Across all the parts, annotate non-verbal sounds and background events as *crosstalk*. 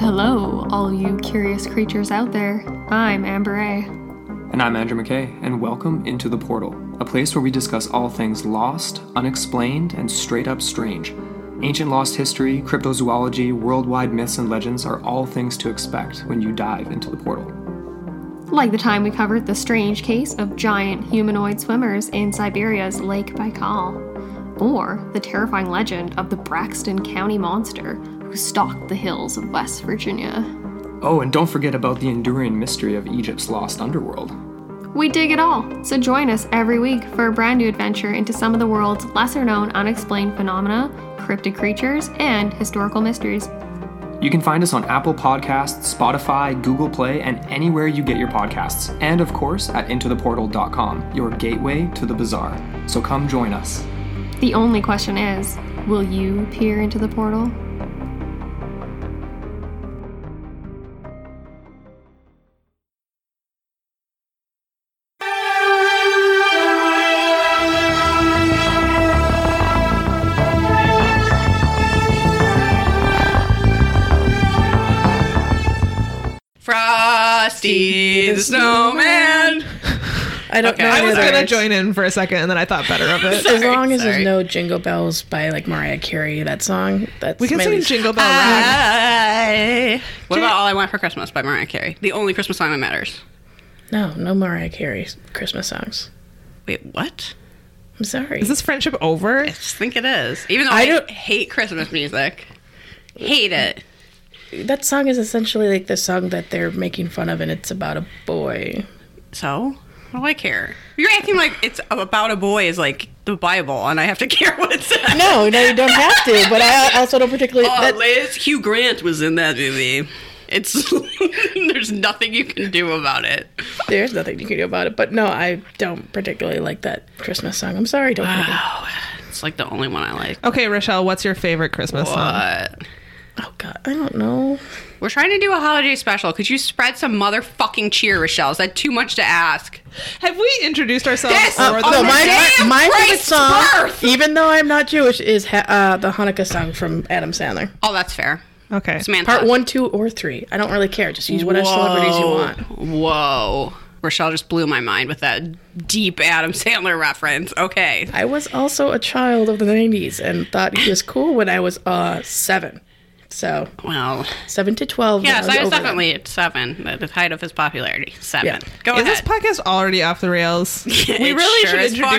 Hello, all you curious creatures out there. I'm Amber A. And I'm Andrew McKay, and welcome into The Portal, a place where we discuss all things lost, unexplained, and straight up strange. Ancient lost history, cryptozoology, worldwide myths, and legends are all things to expect when you dive into the portal. Like the time we covered the strange case of giant humanoid swimmers in Siberia's Lake Baikal, or the terrifying legend of the Braxton County monster who stalked the hills of West Virginia. Oh, and don't forget about the enduring mystery of Egypt's lost underworld. We dig it all, so join us every week for a brand new adventure into some of the world's lesser known unexplained phenomena, cryptid creatures, and historical mysteries. You can find us on Apple Podcasts, Spotify, Google Play, and anywhere you get your podcasts. And of course, at intotheportal.com, your gateway to the bizarre. So come join us. The only question is will you peer into the portal? Frosty the Snowman. I don't Okay. know. I I was Sorry. gonna join in for a second, and then I thought better of *laughs* it. as long as sorry. there's no jingle bells by like Mariah Carey, that song. That's We can my sing least- Jingle Bell Uh, Rock. I- What about All I Want for Christmas by Mariah Carey? The only Christmas song that matters. No, no Mariah Carey Christmas songs. Wait, what? I'm sorry. Is this friendship over? I just think it is. Even though I, I don't- hate Christmas music, hate it. that song is essentially like the song that they're making fun of, and it's about a boy. So, what do I care? You're acting like it's about a boy is like the Bible, and I have to *laughs* care what it says. No, no, you don't have to. But I also don't particularly. Oh, that- Liz, Hugh Grant was in that movie. It's *laughs* there's nothing you can do about it. there's nothing you can do about it. But no, I don't particularly like that Christmas song. I'm sorry. Don't. forget. Oh, it's like the only one I like. Okay, Rochelle, what's your favorite Christmas song? But Oh God, I don't know. we're trying to do a holiday special. Could you spread some motherfucking cheer, Rochelle? Is that too much to ask? Have we introduced ourselves? Yes! or Oh, No, the my, day my, of my favorite Christ's song, birth! even though I'm not Jewish, is ha- uh, the Hanukkah song from Adam Sandler. Oh, that's fair. okay. Samantha. Part one, two, or three. I don't really care. Just use whatever celebrities you want. Whoa. Rochelle just blew my mind with that deep Adam Sandler *laughs* reference. Okay. I was also a child of the 90s and thought he was cool when I was uh, seven. So, Well, seven to 12. when yes, was I was over that. definitely at seven, at the height of his popularity. Seven. Yeah. Go Is ahead. this podcast already off the rails? We *laughs* It really sure as should fuck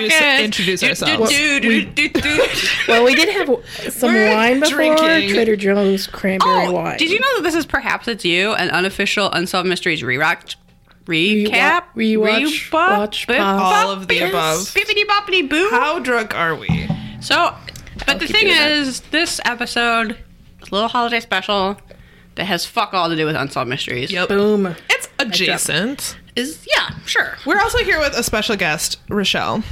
is. introduce introduce Do, do, ourselves. do, do, do, do. Well, we did have some We're wine before drinking. Trader Joe's cranberry Oh, wine. did you know that this is perhaps it's you an unofficial unsolved mysteries re-rock recap rewatch, Rewatch? watch, Boop, pause. All of the boop, above. bippity boppity boo How drunk are we? so but the keep thing doing that. is this episode is a little holiday special that has fuck all to do with unsolved mysteries Yep. Boom. Um, It's adjacent. is yeah sure We're also here with a special guest, Rochelle.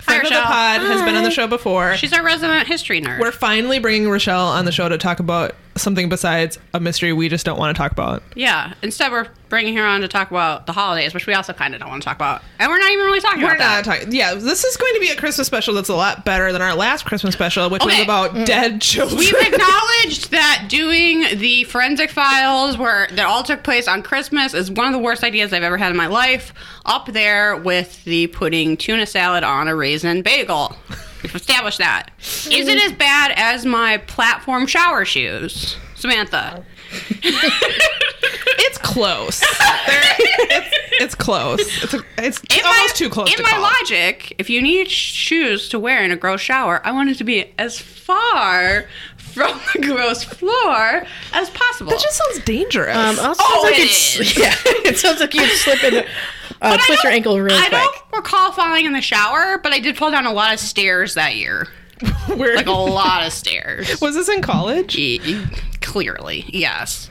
Friend of the Rochelle. pod has been on the show before. she's our resident history nerd We're finally bringing Rochelle on the show to talk about something besides a mystery we just don't want to talk about. yeah instead we're bringing her on to talk about the holidays which we also kind of don't want to talk about and we're not even really talking We're about not that talking. Yeah, this is going to be a Christmas special that's a lot better than our last Christmas special, which was Okay. Mm. about dead children. We've acknowledged that doing the forensic files where that all took place on Christmas is one of the worst ideas I've ever had in my life. Up there with the putting tuna salad on a raisin bagel. We've established that. Is it as bad as my platform shower shoes? Samantha. *laughs* it's close. There- it's, it's close. It's, a, it's In my- almost too close In to my call. logic, if you need shoes to wear in a gross shower, I want it to be as far from *laughs* the gross floor as possible. That just sounds dangerous. Um, also, Oh, sounds like it it's- is. *laughs* Yeah, it sounds like you'd slip and uh, But I twist your don't- ankle real I quick. don't recall falling in the shower, but I did fall down a lot of stairs that year. *laughs* oh, We're- Like a lot of stairs. was this in college? E- e- Clearly, yes.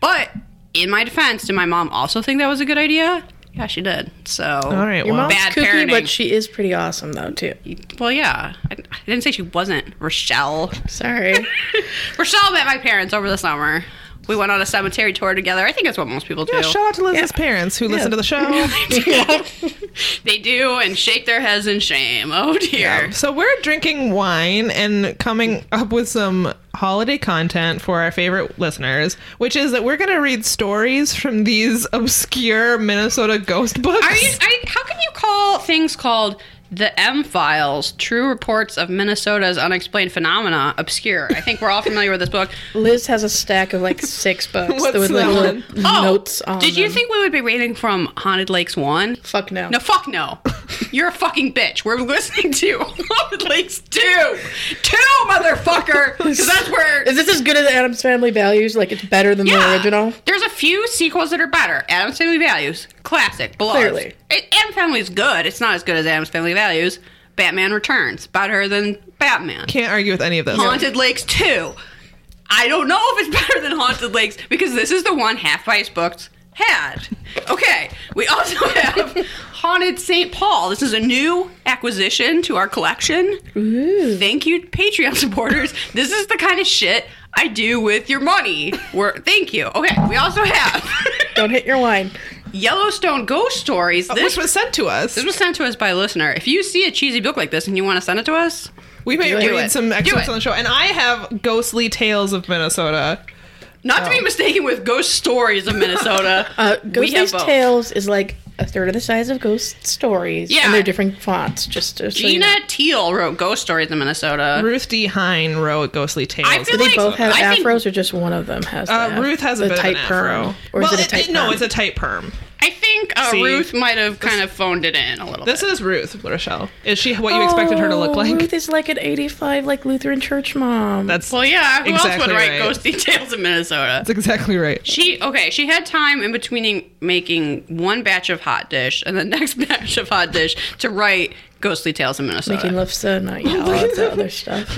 But in my defense, did my mom also think that was a good idea? Yeah, she did. So, All right. Your well, mom's bad kooky, parenting. but she is pretty awesome though too. well, yeah. I, I didn't say she wasn't. Rochelle. Sorry. Rochelle met my parents over the summer. We went on a cemetery tour together. I think that's what most people do. Yeah, shout out to Liz's parents who listen to the show. *laughs* they do and shake their heads in shame. Oh dear. So we're drinking wine and coming up with some holiday content for our favorite listeners, which is that we're going to read stories from these obscure Minnesota ghost books. Are you, are you- how can you call things called the M Files, True Reports of Minnesota's Unexplained Phenomena, obscure? I think we're all familiar with this book. Liz has a stack of like six books What's with that little one? *laughs* notes on Oh, did you them. think we would be reading from Haunted Lakes 1? Fuck no. No, fuck no. *laughs* You're a fucking bitch. We're listening to *laughs* Haunted Lakes *laughs* 2. 2, motherfucker! Because that's where. Is *laughs* this as good as Adam's Family Values? Like it's better than the original? There's a few sequels that are better. Adam's Family Values, classic, beloved. Clearly. It, Adam's Family's good. It's not as good as Adam's Family Values. Batman Returns, better than Batman. Can't argue with any of this. Haunted Lakes 2. I don't know if it's *laughs* better than Haunted Lakes because this is the one Half Price Books had. Okay, we also *laughs* have Haunted St. Paul. This is a new acquisition to our collection. Thank you, Patreon *laughs* supporters. This is the kind of shit I do with your money. We're, thank you. Okay, we also have *laughs* Don't hit your Oh, wine. Yellowstone Ghost Stories. This Which was. was sent to us. This was sent to us by a listener. If you see a cheesy book like this and you want to send it to us, We may it. read some Do excerpts it. on the show. And I have Ghostly Tales of Minnesota. Not Oh. to be mistaken with Ghost Stories of Minnesota. *laughs* Uh, We have Ghost both. Tales is like a third of the size of Ghost Stories. Yeah. And they're different fonts. Just to, so you Gina know. Teal wrote Ghost Stories of Minnesota. Ruth D. Hine wrote Ghostly Tales. I feel Do like- they both have I think- afros or just one of them has uh, the- Ruth has a the bit tight of an perm? afro. Or well, is it a tight it- No, perm? it's a tight perm. I think uh, See? Ruth might have kind of phoned it in a little This bit. is Ruth, Rochelle. Is she what you expected her to look Oh, like? Ruth is like an 85 like Lutheran church *laughs* mom. That's Well, yeah. Who else Exactly would write right. Ghost Details of Minnesota? That's exactly right. *laughs* She okay. She had time in between making one batch of hot dish and the *laughs* next batch of hot dish to write Ghostly Tales of Minnesota. making lifsa, *laughs* not yellow, it's the other stuff.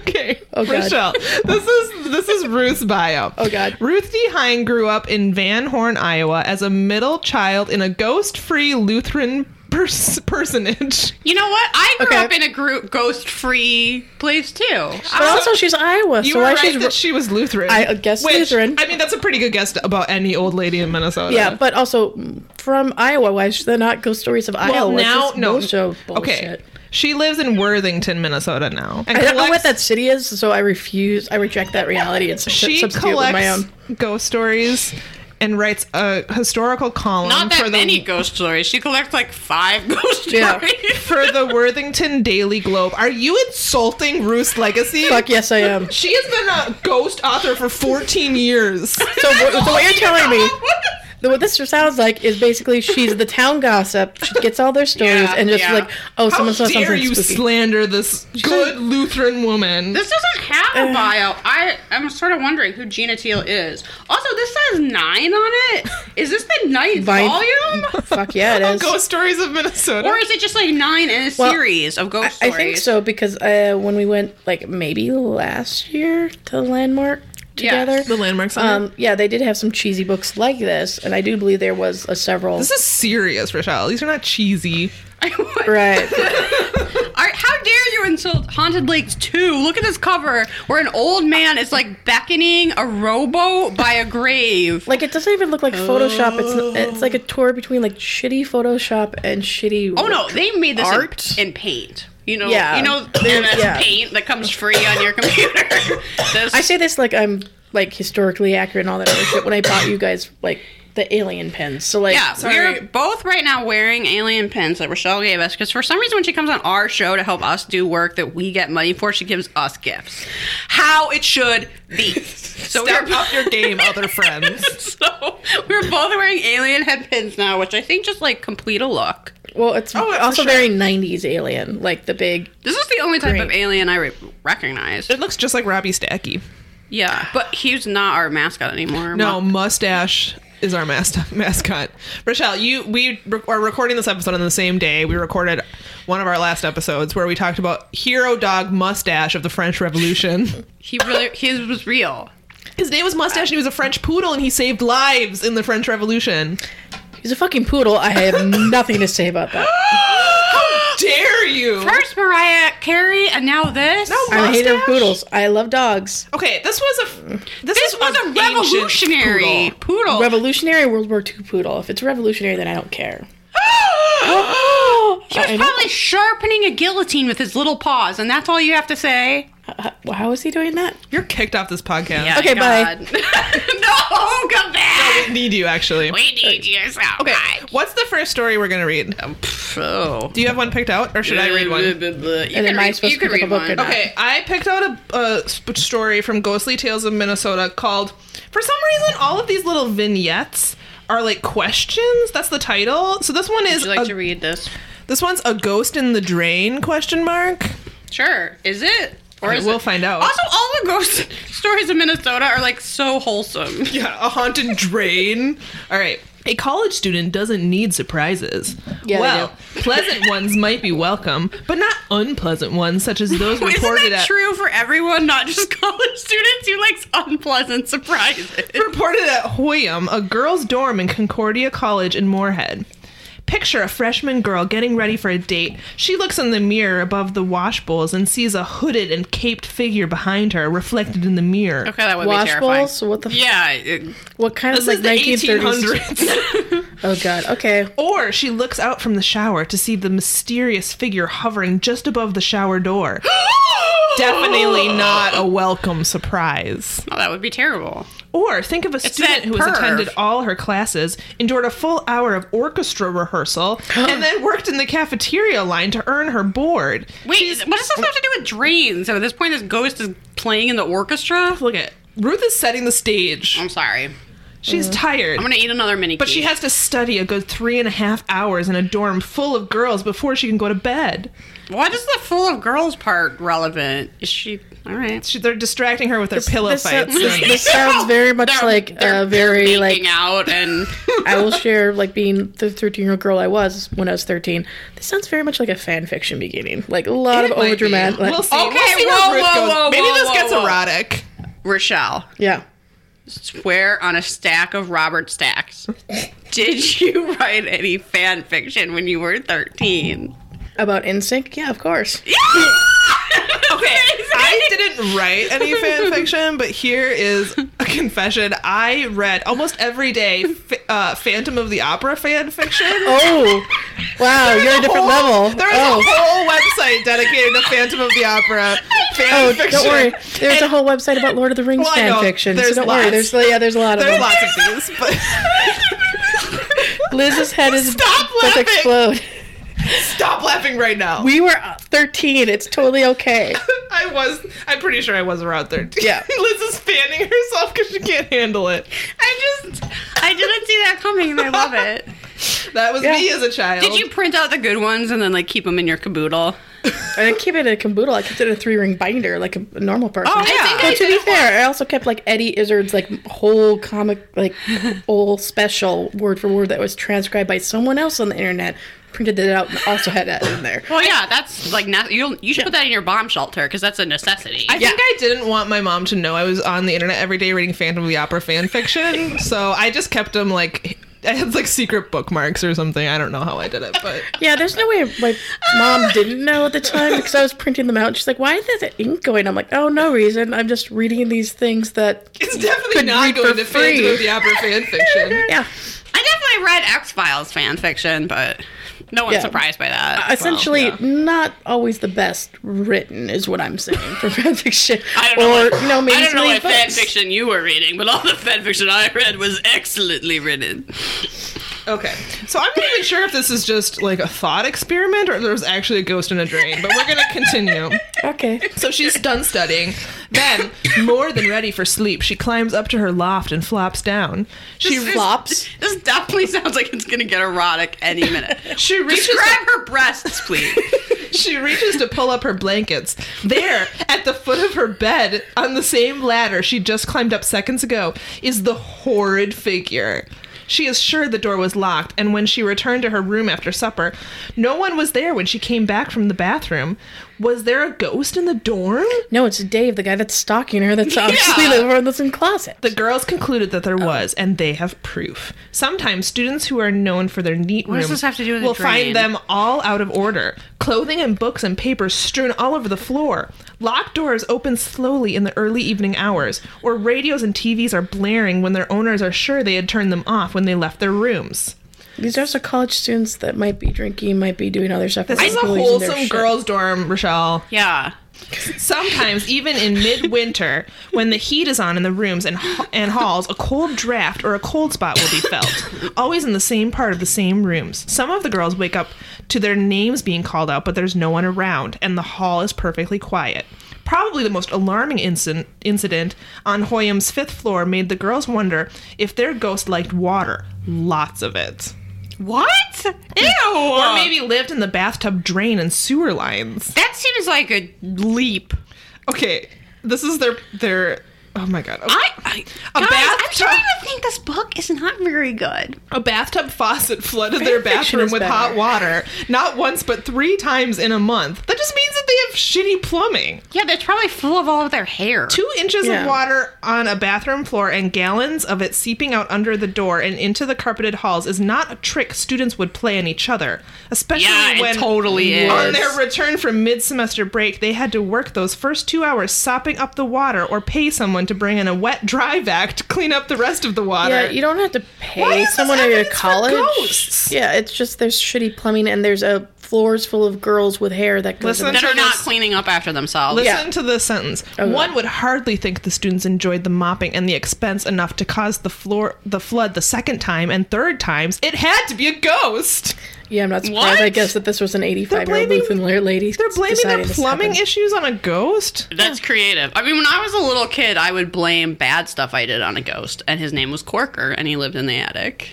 okay, Oh, God. Rochelle, this is this is Ruth's bio. Oh, God. Ruth D. Hine grew up in Van Horn, Iowa, as a middle child in a ghost-free Lutheran pers- personage. You know what? I grew Okay. up in a group ghost-free place too. But also, she's Iowa, You so were why right she's that she was Lutheran. I uh, guess which, Lutheran. I mean, that's a pretty good guess about any old lady in Minnesota. yeah, but also mm, from Iowa. Why is there not ghost stories of well, Iowa? It's now just no. bullshit, Okay, bullshit. she lives in Worthington, Minnesota now. and I don't know what collects- that city is, so I refuse. I reject that reality and she substitute it with my collects own. ghost stories and writes a historical column Not that for the many ghost stories. She collects like five *laughs* ghost Yeah. stories. for *laughs* the Worthington Daily Globe. Are you insulting Ruth's legacy? Fuck yes, *laughs* I am. She has been a ghost author for 14 years. *laughs* So, what, so what you're telling *laughs* me, the- what this sounds like is basically she's the town gossip. She gets all their stories Yeah, and just yeah. like, oh, How someone saw dare something you spooky. slander this good Lutheran woman? This doesn't Eh. have a bio. I I'm sort of wondering who Gina Teal is. Also, this says nine on it. Is this the ninth Vine- *laughs* volume, *laughs* Fuck yeah, it is. ghost stories of Minnesota. or is it just like nine in a Well, series of ghost I stories? *laughs* think so because uh, when we went like maybe last year to Landmark together, the landmarks. um, yeah, they did have some cheesy books like this, and I do believe there was a several. this is serious, Rochelle. These are not cheesy. *laughs* right. All right, how dare you insult Haunted Lakes 2? Look at this cover where an old man is like beckoning a rowboat by a grave. Like it doesn't even look like Photoshop. It's it's like a tour between like shitty Photoshop and shitty. Oh no, they made this in- Art? in, paint. You know, Yeah. you know, They- MS yeah. Paint that comes free on your computer. *laughs* This- I say this like I'm like historically accurate and all that other shit. When I bought you guys like the alien pins, so like *laughs* Yeah, we're both right now wearing alien pins that Rochelle gave us because for some reason when she comes on our show to help us do work that we get money for, she gives us gifts. How it should be. *laughs* So Step we're up your *laughs* game, other friends. *laughs* so we're both wearing alien head pins now, which I think just like complete a look. well, it's Oh, for also sure. very '90s alien, like the big. This is the only type of Great. alien I re- recognize. It looks just like Robbie Stacky. Yeah, but he's not our mascot anymore. No, mustache is our mas- *laughs* mascot. Rochelle, you we re- are recording this episode on the same day. We recorded one of our last episodes where we talked about hero dog mustache of the French *laughs* Revolution. he really his was real. His name was Mustache and he was a French poodle and he saved lives in the French *gasps* Revolution. He's a fucking poodle. I have nothing to say about that. How dare you? First Mariah Carey, and now this. No, I'm a hater of Mustache? poodles. I love dogs. Okay, this was a f- this, this is was an a ancient revolutionary *gasps* poodle. *gasps* poodle. Revolutionary World War II poodle. If it's revolutionary, then I don't care. he was I know. probably sharpening a guillotine with his little paws, and that's all you have to say. Uh, how is he doing that? You're kicked off this podcast. Yeah, Okay, *laughs* bye. God. no, come back. I need you actually. We need you so okay. What's the first story we're gonna read? Oh. Do you have one picked out, or should I read one? You am can I read- supposed you to can pick read up a book or mine. not? Okay, I picked out a, a sp- story from Ghostly Tales of Minnesota called, for some reason, all of these little vignettes are like questions. That's the title. So this one Would is you like a- Uh, to read this? this one's a ghost in the drain question mark. Sure. Is it? Or Okay, is we'll it- Oh, find out. Also, all the ghost *laughs* stories of Minnesota are like so wholesome. Yeah, a haunted drain. All right. A college student doesn't need surprises. Yeah, they well, *laughs* pleasant ones might be welcome, but not unpleasant ones such as those *laughs* *laughs* reported Isn't that at true for everyone, not just *laughs* college students who likes unpleasant surprises? reported at Hoyum, a girls' dorm in Concordia College in Moorhead. Picture a freshman girl getting ready for a date. She looks in the mirror above the wash bowls and sees a hooded and caped figure behind her reflected in the mirror. Okay, that would be Wash terrifying. bowls? What the? F- Yeah, it- what kind This is of like the 1930s? 1800s. *laughs* Oh god. Okay. Or she looks out from the shower to see the mysterious figure hovering just above the shower *gasps* door. *gasps* *laughs* Definitely not a welcome surprise. no, Oh, that would be terrible. Or think of a that student who perv. has attended all her classes, endured a full hour of *gasps* orchestra rehearsal, and then worked in the cafeteria line to earn her board. Wait, what does this have to do with drains? So at this point, this ghost is playing in the orchestra. Look at Ruth is setting the stage. I'm sorry, I'm She's tired. Mm-hmm. gonna eat another mini. But she has to study a good three and a half hours in a dorm full of girls before she can go to bed. Why does the full of girls part relevant? Is she all right? She, they're distracting her with their pillow uh, this, fights. sounds- this, this sounds very much They're- like they're uh, very like making out and *laughs* I will share like being the 13 year old girl I was when I was 13. This sounds very much like a fan fiction beginning. Like a lot of It might be. overdramatic. Like, We'll see. Okay, we'll see where whoa, Ruth whoa, goes. whoa, Maybe whoa, this whoa, gets whoa. erotic. Rochelle. yeah. Swear on a stack of Robert Stacks. Did you *laughs* write any fan fiction when you were *laughs* 13? About NSYNC? Yeah, of course. okay. I *laughs* didn't write any fan fiction, but here is a confession. I read almost every day fa- uh, Phantom of the Opera fan fiction. Oh, wow. You're a different Whole- level. There is Oh, a whole website dedicated to Phantom of the Opera fan oh fiction. don't worry. And There's a whole website about Lord of the Rings Well, I know. fan fiction. So There's don't lots. worry. There's, yeah, there's a lot of There's them. lots of these, *laughs* but Liz's head is Stop about to laughing. explode. Stop laughing right now. We were 13. It's totally okay. I was. I'm pretty sure I was around 13. Yeah. *laughs* Liz is fanning herself because she can't handle it. I just, *laughs* I didn't see that coming and I love it. That was Yeah. me as a child. Did you print out the good ones and then like keep them in your caboodle? I didn't keep it in a comboodle. I kept it in a three ring binder like a, a normal person. I yeah. think I But to be fair, I also kept like Eddie Izzard's like whole comic, *laughs* like whole special word for word that was transcribed by someone else on the internet, printed it out, and also had that in there. Well, *laughs* yeah, that's like, not, you don't, you should put that in your bomb shelter because that's a necessity. I think I didn't want my mom to know I was on the internet every day reading Phantom of the Opera fan *laughs* fiction, so I just kept them like I had like secret bookmarks or something. I don't know how I did it, *laughs* but Yeah, there's no way my mom didn't know at the time because I was printing them out. She's like, "Why is there the ink going?" I'm like, "Oh, no reason. I'm just reading these things that." it's definitely Could not read for going to Phantom free. of the Opera fan fiction. *laughs* Yeah, I definitely read X Files fan fiction, but no one's Yeah. surprised by that. essentially, not always the best written is what I'm saying for *laughs* fan fiction. I don't know or what- you know, maybe I don't know something what books. fan fiction you were reading, but all the fan fiction I read was excellently written. Okay, so I'm not even sure if this is just like a thought experiment or if there was actually a ghost in a drain, but we're gonna continue. Okay. So she's done studying. Then, more than ready for sleep, she climbs up to her loft and flops down. She This- flops. This definitely sounds like it's gonna get erotic any *laughs* minute. she reaches Describe her breasts, please. She reaches to pull up her blankets. There, at the foot of her bed, on the same ladder she just climbed up seconds ago, is the horrid figure. She is sure the door was locked, and when she returned to her room after supper, no one was there when she came back from the bathroom. Was there a ghost in the dorm? *laughs* No, it's Dave, the guy that's stalking her. That's obviously Yeah. the one that's in closet. The girls concluded that there was, and they have proof. Sometimes students who are known for their neat What does rooms this have to do with a will drain? find them all out of order. Clothing and books and papers strewn all over the floor. Locked doors open slowly in the early evening hours, or radios and TVs are blaring when their owners are sure they had turned them off when they left their rooms. These are also college students that might be drinking, might be doing other stuff. This and is a people losing their wholesome shit. girls' dorm, Rochelle. *laughs* Yeah. Sometimes, even in midwinter, when the heat is on in the rooms and and halls, a cold draft or a cold spot will be felt. Always in the same part of the same rooms. Some of the girls wake up to their names being called out, but there's no one around, and the hall is perfectly quiet. Probably the most alarming incident, incident on Hoyam's fifth floor made the girls wonder if their ghost liked water. Lots of it. What? Ew. Or maybe lived in the bathtub drain and sewer lines. that seems like a leap. Okay, this is their their. Oh my god. I, I A guys, I'm bathtub- starting to think this book is not very good. A bathtub faucet flooded *laughs* their fiction bathroom is with better. hot water, not once but three times in a month. That just means that they have shitty plumbing. Yeah, that's probably full of all of their hair. Two inches Yeah. of water on a bathroom floor and gallons of it seeping out under the door and into the carpeted halls is not a trick students would play on each other, especially Yeah, it when totally Mm. is. on their return from mid-semester break they had to work those first two hours sopping up the water or pay someone to bring in a wet dry vac to clean up the rest of the water. Yeah, you don't have to Why pay is this someone at your evidence for college. ghosts? Yeah, it's just there's shitty plumbing and there's a floors full of girls with hair that goes. Listen in- that are not Turtles. cleaning up after themselves. Listen to this sentence. One would hardly think the students enjoyed the mopping and the expense enough to cause the floor the flood the second time and third times. It had to be a ghost. yeah, I'm not surprised. I What? guess that this was an 85 year old blaming- Lutheran lady. They're blaming their deciding this plumbing happened. issues on a ghost. That's creative. I mean, when I was a little kid, I would blame bad stuff I did on a ghost, and his name was Corker, and he lived in the attic.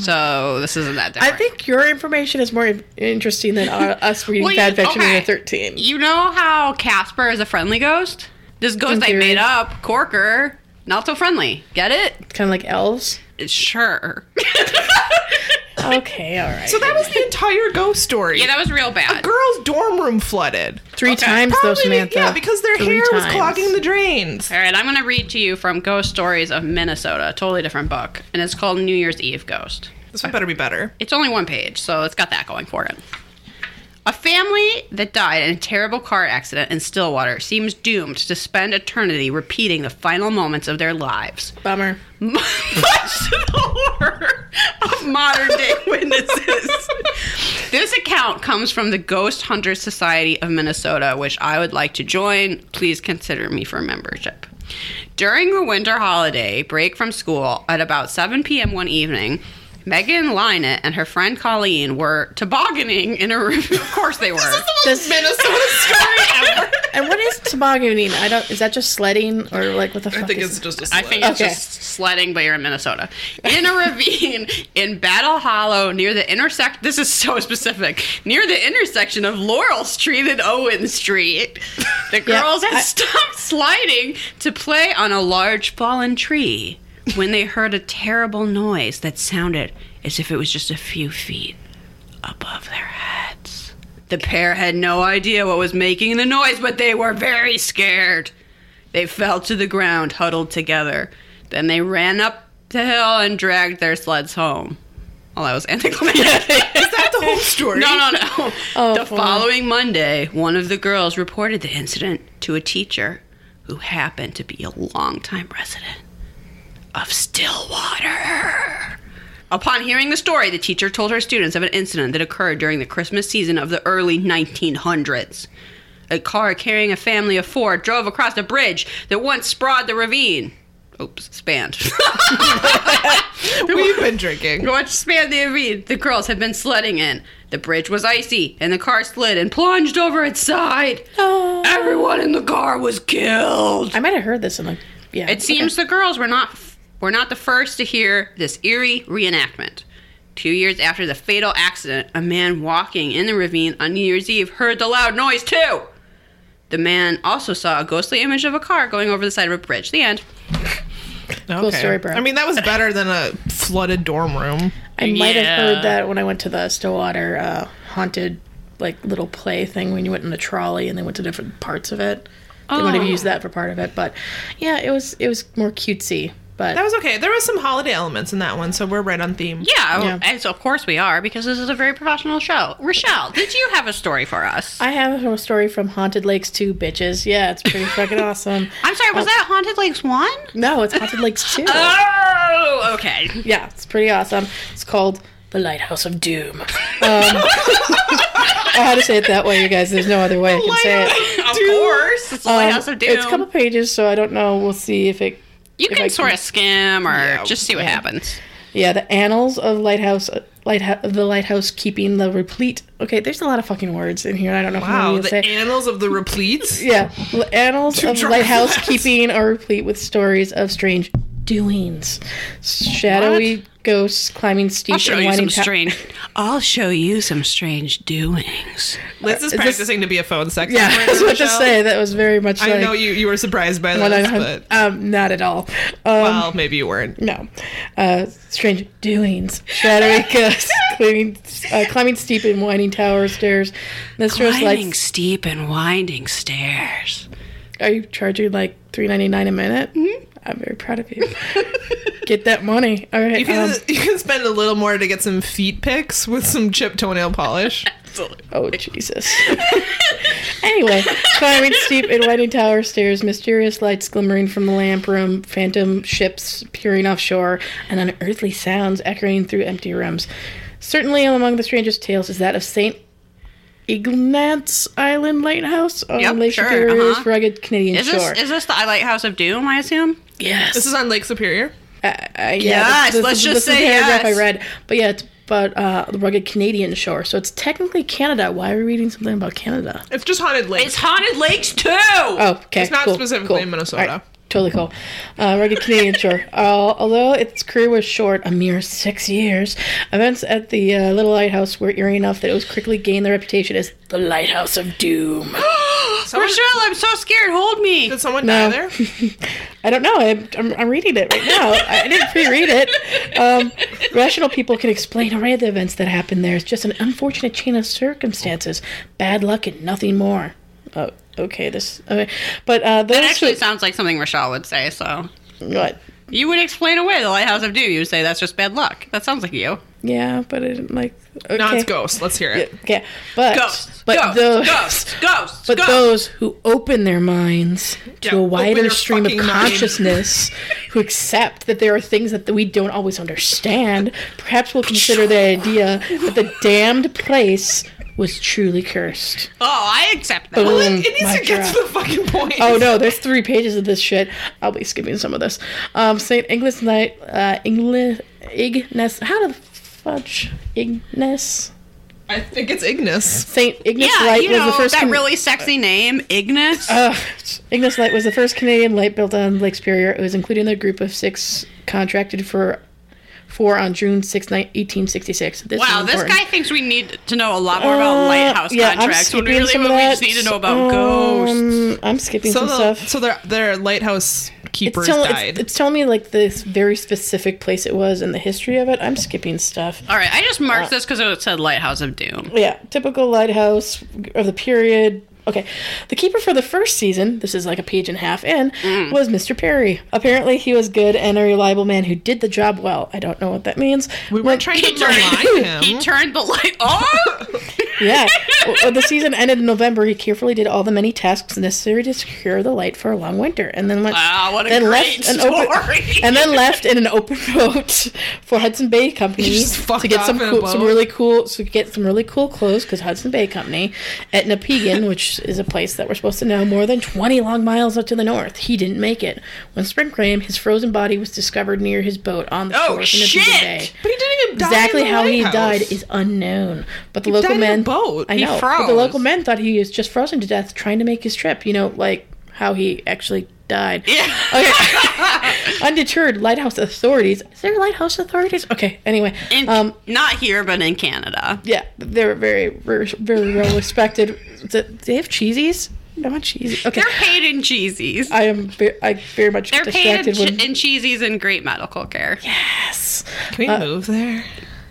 So this isn't that I different. think your information is more in- interesting *laughs* than uh, us reading Wait, bad fiction when we okay. were 13. you know how Casper is a friendly ghost. This ghost I theory. made up, Corker, not so friendly. Get it? Kind of like elves. Sure. Okay, *laughs* all right. So that was the entire ghost story. yeah, that was real *laughs* bad. Girls' dorm room flooded. Three times though, Probably, Samantha. yeah, because their Three hair was times. clogging the drains. All right, I'm going to read to you from Ghost Stories of Minnesota, a totally different book, and it's called New Year's Eve Ghost. This one better be better. It's only one page, so it's got that going for it. A family that died in a terrible car accident in Stillwater seems doomed to spend eternity repeating the final moments of their lives. Bummer. Much to the horror of modern day witnesses. this account comes from the Ghost Hunters Society of Minnesota, which I would like to join. Please consider me for membership. During the winter holiday break from school at about 7 p.m. one evening, Megan Lynette and her friend Colleen were tobogganing in a room. *laughs* Of course they were. Does- Minnesota story ever. and what is tobogganing? I don't. Is that just sledding or like what the fuck? I think is it's it? just a I slip. think it's Okay. just sledding, but you're in Minnesota. In a *laughs* ravine in Battle Hollow near the intersect. This is so specific. Near the intersection of Laurel Street and Owen Street, the girls had *laughs* I- stopped sliding to play on a large fallen tree when they heard a terrible noise that sounded as if it was just a few feet above their heads. The pair had no idea what was making the noise, but they were very scared. They fell to the ground, huddled together. Then they ran up the hill and dragged their sleds home. Well, that was anticlimactic. *laughs* Is that the whole story? Oh, no, no, *laughs* no. the boy. following Monday, one of the girls reported the incident to a teacher who happened to be a longtime resident of Stillwater. Upon hearing the story, the teacher told her students of an incident that occurred during the Christmas season of the early 1900s. A car carrying a family of four drove across a bridge that once sprawled the ravine. Oops, spanned. *laughs* We've been drinking. What span the ravine the girls had been sledding in. The bridge was icy, and the car slid and plunged over its side. Everyone in the car was killed. I might have heard this in like. Yeah. It seems the girls were not were not the first to hear this eerie reenactment. Two years after the fatal accident, a man walking in the ravine on New Year's Eve heard the loud noise too. The man also saw a ghostly image of a car going over the side of a bridge. The end. Cool story, bro. I mean, that was better than a flooded dorm room. I might Yeah. have heard that when I went to the Stillwater uh, haunted like little play thing when you went in a trolley and they went to different parts of it. They would have Oh. used that for part of it, but yeah, it was it was more cutesy. But That was okay. There was some holiday elements in that one, so we're right on theme. Yeah, Yeah. and so of course we are because this is a very professional show. Rochelle, did you have a story for us? I have a story from Haunted Lakes 2, bitches. Yeah, it's *laughs* pretty fucking awesome. I'm sorry, was that Haunted Lakes 1? No, it's Haunted Lakes 2. Ah! Oh, *laughs* okay. yeah, it's pretty awesome. It's called The Lighthouse of Doom. *laughs* Um, I had to say it that way, you guys. There's no other way I can say it. Of course. It's the Um, Lighthouse of Doom. It's a couple pages, so I don't know. We'll see if it. you if I can sort of skim or just see what yeah. happens. Yeah, the Annals of Lighthouse, lighthouse the Lighthouse Keeping the Replete. Okay, there's a lot of fucking words in here. I don't know if I'm Wow, going the to say. annals of the repletes. *laughs* Yeah, l- annals of drop *laughs* lighthouse that. keeping are replete with stories of strange doings, shadowy ghosts climbing steep I'll show and you winding some ta- strange. I'll show you some strange doings. Liz is this- practicing to be a phone sex. Yeah, operator, *laughs* I was about to Michelle. say that was very much I like know you, you were surprised by what I this, had- but um, not at all. Um, well, maybe you weren't. No. Uh, strange doings. Shadowy *laughs* ghosts climbing, uh, climbing steep and winding tower stairs. Mistress Climbing lights. steep and winding stairs. Are you charging like three ninety nine a minute? Mm-hmm. I'm very proud of you. Get that money. All right. You can, um, *laughs* you can spend a little more to get some feet pics with some chip toenail polish. Oh Jesus. anyway, climbing steep and winding tower stairs, mysterious lights glimmering from the lamp room, phantom ships peering offshore, and unearthly sounds echoing through empty rooms. Certainly among the strangest tales is that of Saint Ignat's Island Lighthouse on Yep, Lake sure, Superior's uh-huh. rugged Canadian Is shore. this is this the Lighthouse of Doom? I assume. yes. This is on Lake Superior. Uh, yeah, Yes, this, let's this, just this say is the paragraph yes. I read. But yeah, it's about uh, the rugged Canadian shore. So it's technically Canada. Why are we reading something about Canada? It's just haunted lakes. It's Haunted Lakes too. Oh, okay. It's not cool, specifically cool. in Minnesota. All right, Totally cool. Uh, rugged *laughs* Canadian shore. Uh, although its career was short, a mere six years, events at the uh, Little Lighthouse were eerie enough that it was quickly gained the reputation as the Lighthouse of Doom. Someone- Rochelle, I'm so scared. Hold me. Did someone No. die there? *laughs* I don't know. I, I'm, I'm reading it right now. I, I didn't pre-read it. Um, rational people can explain a array of the events that happened there. It's just an unfortunate chain of circumstances, bad luck, and nothing more. Oh, okay. This, okay. but uh, those That actually who- sounds like something Rochelle would say. So what? you would explain away the Lighthouse of Doom. You would say that's just bad luck. That sounds like you. Yeah, but I didn't like. Okay. No, it's ghosts. Let's hear it. Okay, but Ghosts. but ghosts, those ghosts. Ghosts. but ghosts. those who open their minds to Yeah, a open wider your stream of fucking mind. consciousness, who accept that there are things that we don't always understand, perhaps will consider the idea that the damned place was truly cursed. Oh, I accept that. Boom. *laughs* It needs Mic to get drop. to the fucking point. Mm, Oh no, there's three pages of this shit. I'll be skipping some of this. Um, Saint Ignace Knight, uh, Igli- Ignis. How the fudge Ignis? I think it's Ignis. Saint Ignis Yeah, Light you was know the first that con- really sexy name, Ignis. Ugh. Ignis Light was the first Canadian light built on Lake Superior. It was including the group of six contracted for four on June 6, 9 1866. This wow, is this important. guy thinks we need to know a lot more about Uh, lighthouse yeah, I'm contracts when we skipping really some we of just that. need to know about Um, ghosts. I'm skipping So some the, stuff. so their their lighthouse It's, keepers tell- it's- died. it's telling me like this very specific place it was and the history of it. I'm skipping stuff. All right, I Uh, just marked this 'cause this because it said Lighthouse of Doom. Yeah, typical lighthouse of the period. Okay, the keeper for the first season, this is like a page and a half in, Mm. was Mr. Perry. Apparently, he was good and a reliable man who did the job well. I don't know what that means. we weren't trying *laughs* to malign him. He turned the light *laughs* off. Yeah. Well, the season ended in November. He carefully did all the many tasks necessary to secure the light for a long winter, and then went. Wow, what a great story. Open, *laughs* and then left in an open boat for Hudson Bay Company He just fucked to get off some in a cool, some boat. really cool so get some really cool clothes because Hudson Bay Company at Napegan, *laughs* which is a place that we're supposed to know, more than twenty long miles up to the north. He didn't make it. When spring came, his frozen body was discovered near his boat on the Oh, shore of Napegan shit! Bay. but he didn't even die. Exactly in the how he lighthouse. died is unknown, but the local died in a men boat. I He know, but the froze. local men thought he was just frozen to death trying to make his trip. You know, like how he actually died. *laughs* Okay. Undeterred, lighthouse authorities. Is there lighthouse authorities? Okay. Anyway, In, um, not here, but in Canada. yeah, they're very, very, very well respected. Do they have cheesies? I want cheesy. Okay. They're paid in cheesies. I am. Ve- I very much They're paid in, distracted che- when in cheesies in great medical care. yes. Can we move there?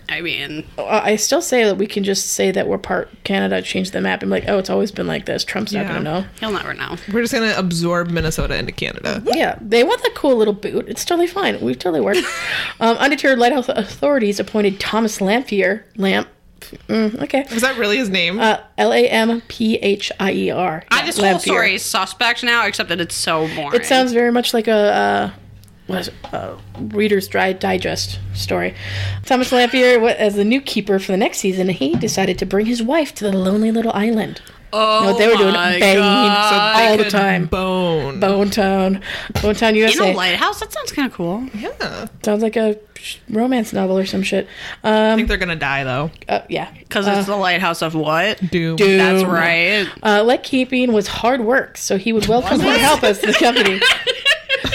I mean, Uh, I still say that we can just say that we're part Canada, change the map, and be like, oh, it's always been like this. Trump's not Yeah. going to know. he'll never know. We're just gonna absorb Minnesota into Canada. Yeah, they want that cool little boot. It's totally fine. We totally *laughs* work. um, undeterred lighthouse authorities appointed Thomas Lampier. Lamp. Mm, okay. Is that really his name? Uh, L A M P H I E R. I, this whole story is suspect now, except that it's so boring. It sounds very much like a uh, what is it? A Reader's Dry Digest story. Thomas Lampier, wa- as the new keeper for the next season, he decided to bring his wife to the lonely little island. Oh, No, they were doing my banging God. so all the Good time. Bone. Bone Town, Bone Town, in a USA. lighthouse. That sounds kind of cool. Yeah. Sounds like a sh- romance novel or some shit. I Um, think they're gonna die though. uh, yeah, Because it's the lighthouse of what? Doom. Doom. That's right. Uh, let keeping was hard work, so he would welcome or help us to the company.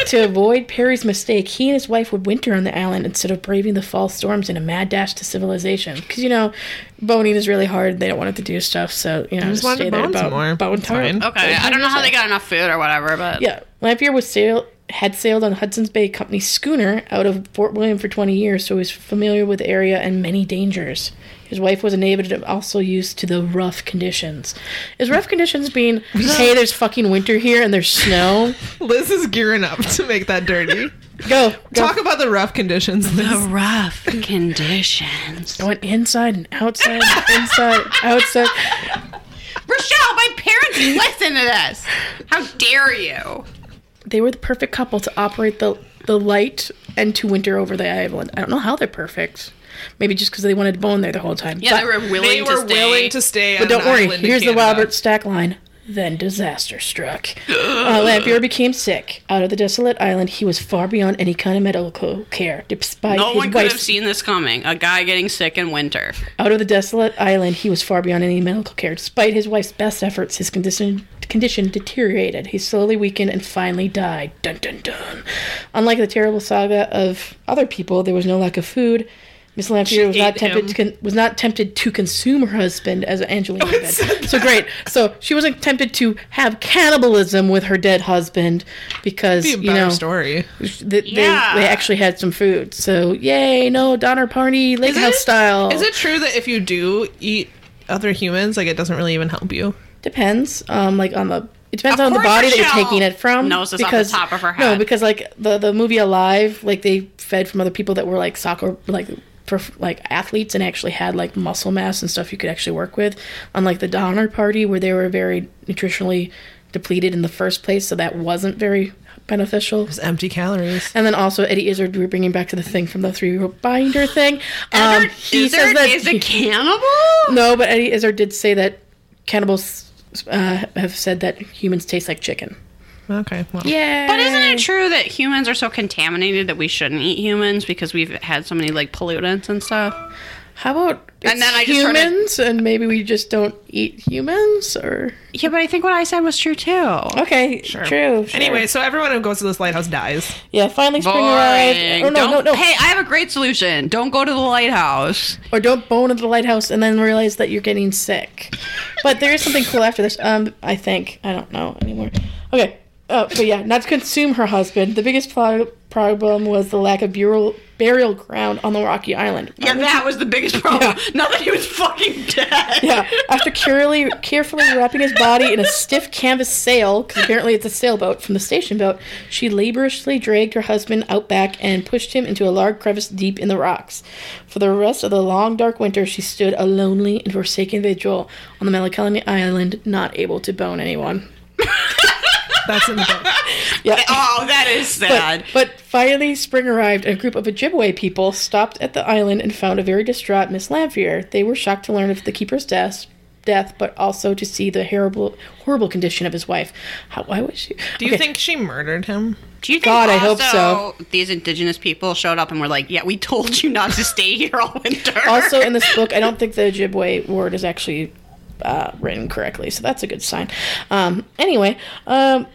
to avoid Perry's mistake, he and his wife would winter on the island instead of braving the fall storms in a mad dash to civilization. Because you know, boning is really hard. They don't want it to do stuff, so you know, just just wanted stay to there bone some about more. bone It's time. fine. Okay, I don't know how they got enough food or whatever, but Yeah, Lampier was sail had sailed on Hudson's Bay Company schooner out of Fort William for 20 years, so he was familiar with the area and many dangers. His wife was a native and also used to the rough conditions. Is rough conditions being, hey, there's fucking winter here and there's snow? Liz is gearing up to make that dirty. *laughs* Go, go. Talk about the rough conditions. Liz. the rough conditions. *laughs* I went inside and outside, inside, outside. Rochelle, my parents listen to this. How dare you? They were the perfect couple to operate the the light and to winter over the island. I don't know how they're perfect. Maybe just because they wanted to bone there the whole time. Yeah, they were willing They to were stay. willing to stay. But on don't an worry, island in here's the Canada. Robert Stack line. Then disaster struck. uh, Lampier became sick. Out of the desolate island, he was far beyond any kind of medical care. Despite No his one could wife's, have seen this coming. A guy getting sick in winter. out of the desolate island, he was far beyond any medical care. Despite his wife's best efforts, his condition condition deteriorated. He slowly weakened and finally died. Dun dun dun. Unlike the terrible saga of other people, there was no lack of food. Miss Lampier was not ate tempted him. to con- was not tempted to consume her husband as Oh, Angelina did. So great. So she wasn't tempted to have cannibalism with her dead husband because Be a you better know story. th- Yeah. they they actually had some food. So yay, no Donner Party lake house it- style. Is it true that if you do eat other humans, like it doesn't really even help you? Depends, um, like on the. It depends Of on the course body that you're Michelle taking it from. knows this off the top of her No, head. because like the the movie Alive, like they fed from other people that were like soccer, like perf- like athletes, and actually had like muscle mass and stuff you could actually work with. Unlike the Donner Party, where they were very nutritionally depleted in the first place, so that wasn't very beneficial. It's empty calories. And then also Eddie Izzard, we're bringing back to the thing from the three binder thing. Um, Edward Izzard is a cannibal? no, but Eddie Izzard did say that cannibals uh, have said that humans taste like chicken. Okay. Well, Yeah. But isn't it true that humans are so contaminated that we shouldn't eat humans because we've had so many like pollutants and stuff? How about And it's then I just started- humans and maybe we just don't eat humans or Yeah, but I think what I said was true too. Okay, true. sure. Anyway, so everyone who goes to this lighthouse dies. yeah, finally spring arrived. Boring. Oh no, Don't- no, no. Hey, I have a great solution. Don't go to the lighthouse. Or don't bone at the lighthouse and then realize that you're getting sick. but there is something cool after this. Um, I think I don't know anymore. Okay. Uh, but yeah, not to consume her husband. The biggest pro- problem was the lack of burial burial ground on the Rocky Island. Yeah, that was the biggest problem. Not that he was fucking dead. *laughs* Yeah. After *laughs* carefully, carefully wrapping his body in a stiff canvas sail, because apparently it's a sailboat from the station boat, she laboriously dragged her husband out back and pushed him into a large crevice deep in the rocks. For the rest of the long, dark winter, she stood a lonely and forsaken vigil on the Melancholy Island, not able to bone anyone. That's in the book. Yeah. Oh, that is sad. But, *laughs* but finally, spring arrived, and a group of Ojibwe people stopped at the island and found a very distraught Miss Lampier. They were shocked to learn of the keeper's death, death, but also to see the horrible, horrible condition of his wife. How, why was she? Do you think she murdered him? Do you think God, I also hope so. These indigenous people showed up and were like, "Yeah, we told you not to stay here all winter." *laughs* Also, in this book, I don't think the Ojibwe word is actually uh, written correctly, so that's a good sign. Um, anyway, um,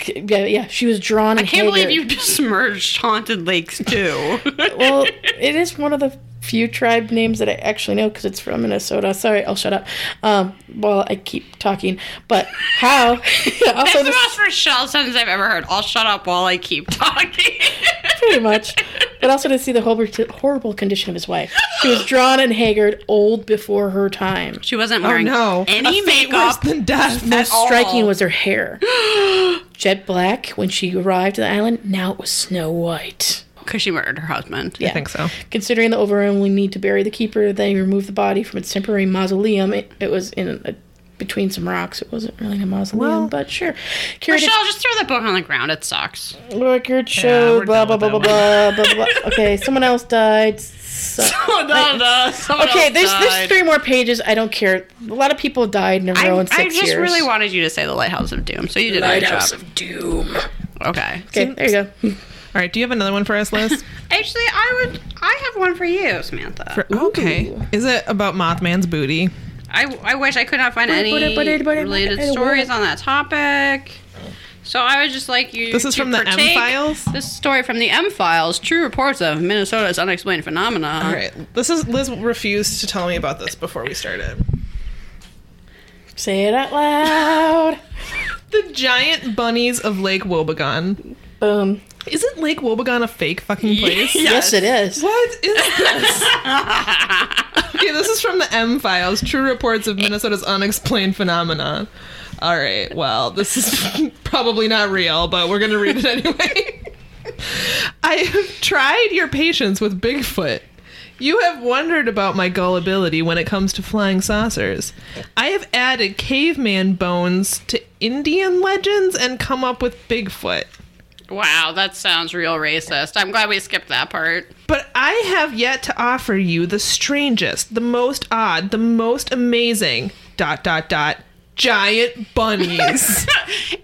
c- yeah, yeah, she was drawn. I can't believe you just merged haunted lakes too. *laughs* *laughs* well, it is one of the few tribe names that I actually know because it's from Minnesota. Sorry, I'll shut up. Um, well, I keep talking, but how? *laughs* also, That's the this most Rochelle sentence I've ever heard. I'll shut up while I keep talking. *laughs* pretty much. But also to see the horrible, horrible condition of his wife. She was drawn and haggard, old before her time. She wasn't wearing no. any A fate worse makeup. than death. at Most striking all. was *gasps* her hair. Jet black when she arrived at the island, now it was snow white. because she murdered her husband. I think so. Considering the overwhelming need to bury the keeper, they removed the body from its temporary mausoleum. It, it was in a, between some rocks. It wasn't really a mausoleum, but sure. Curated Michelle, just throw that book on the ground. It *laughs* sucks. record we're showed blah blah done blah blah, with blah blah blah. Okay, someone else died. So- okay, there's there's three more pages. I don't care. A lot of people have died in a I, row in six I just years. really wanted you to say the Lighthouse of Doom, so you did Lighthouse a good of Doom. job. Okay. Okay, there you go. *laughs* All right, do you have another one for *laughs* us, Liz? Actually, I would. I have one for you, Samantha. okay. Is it about Mothman's booty? I, I wish I could not find any related stories on that topic. So I would just like you. This is to from the M partake- Files? This story from the M Files: True Reports of Minnesota's Unexplained Phenomena. All right. This is Liz refused to tell me about this before we started. Say it out loud. The giant bunnies of Lake Wobegon. Boom. Isn't Lake Wobegon a fake *laughs* fucking place? Yes, it is. What is this? okay, this is from the M Files: True Reports of Minnesota's Unexplained Phenomena. All right, well, this is *laughs* probably not real, but we're gonna read it anyway. *laughs* I have tried your patience with Bigfoot. You have wondered about my gullibility when it comes to flying saucers. I have added caveman bones to Indian legends and come up with Bigfoot. Wow, that sounds real racist. I'm glad we skipped that part. But I have yet to offer you the strangest, the most odd, the most amazing dot dot dot giant bunnies.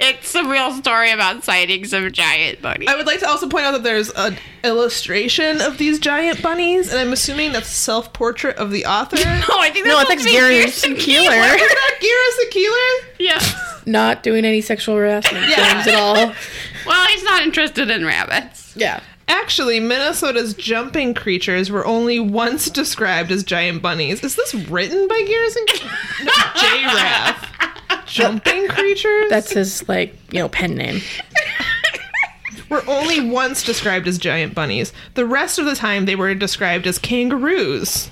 It's a real story about sightings of giant bunnies. I would like to also point out that there's an illustration of these giant bunnies, and I'm assuming that's a self portrait of the author. *laughs* No, I think No, I that's think it's Garrison Keeler. Is that Garrison Keeler? *laughs* Yeah. Not doing any sexual harassment Yeah. things at all. Well, he's not interested in rabbits. Yeah. Actually, Minnesota's jumping creatures were only once described as giant bunnies. Is this written by Garrison? No, J. Raff. Jumping creatures? That's his like, you know, pen name. were only once described as giant bunnies. The rest of the time, they were described as kangaroos.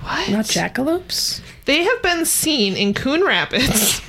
What? Not jackalopes. They have been seen in Coon Rapids,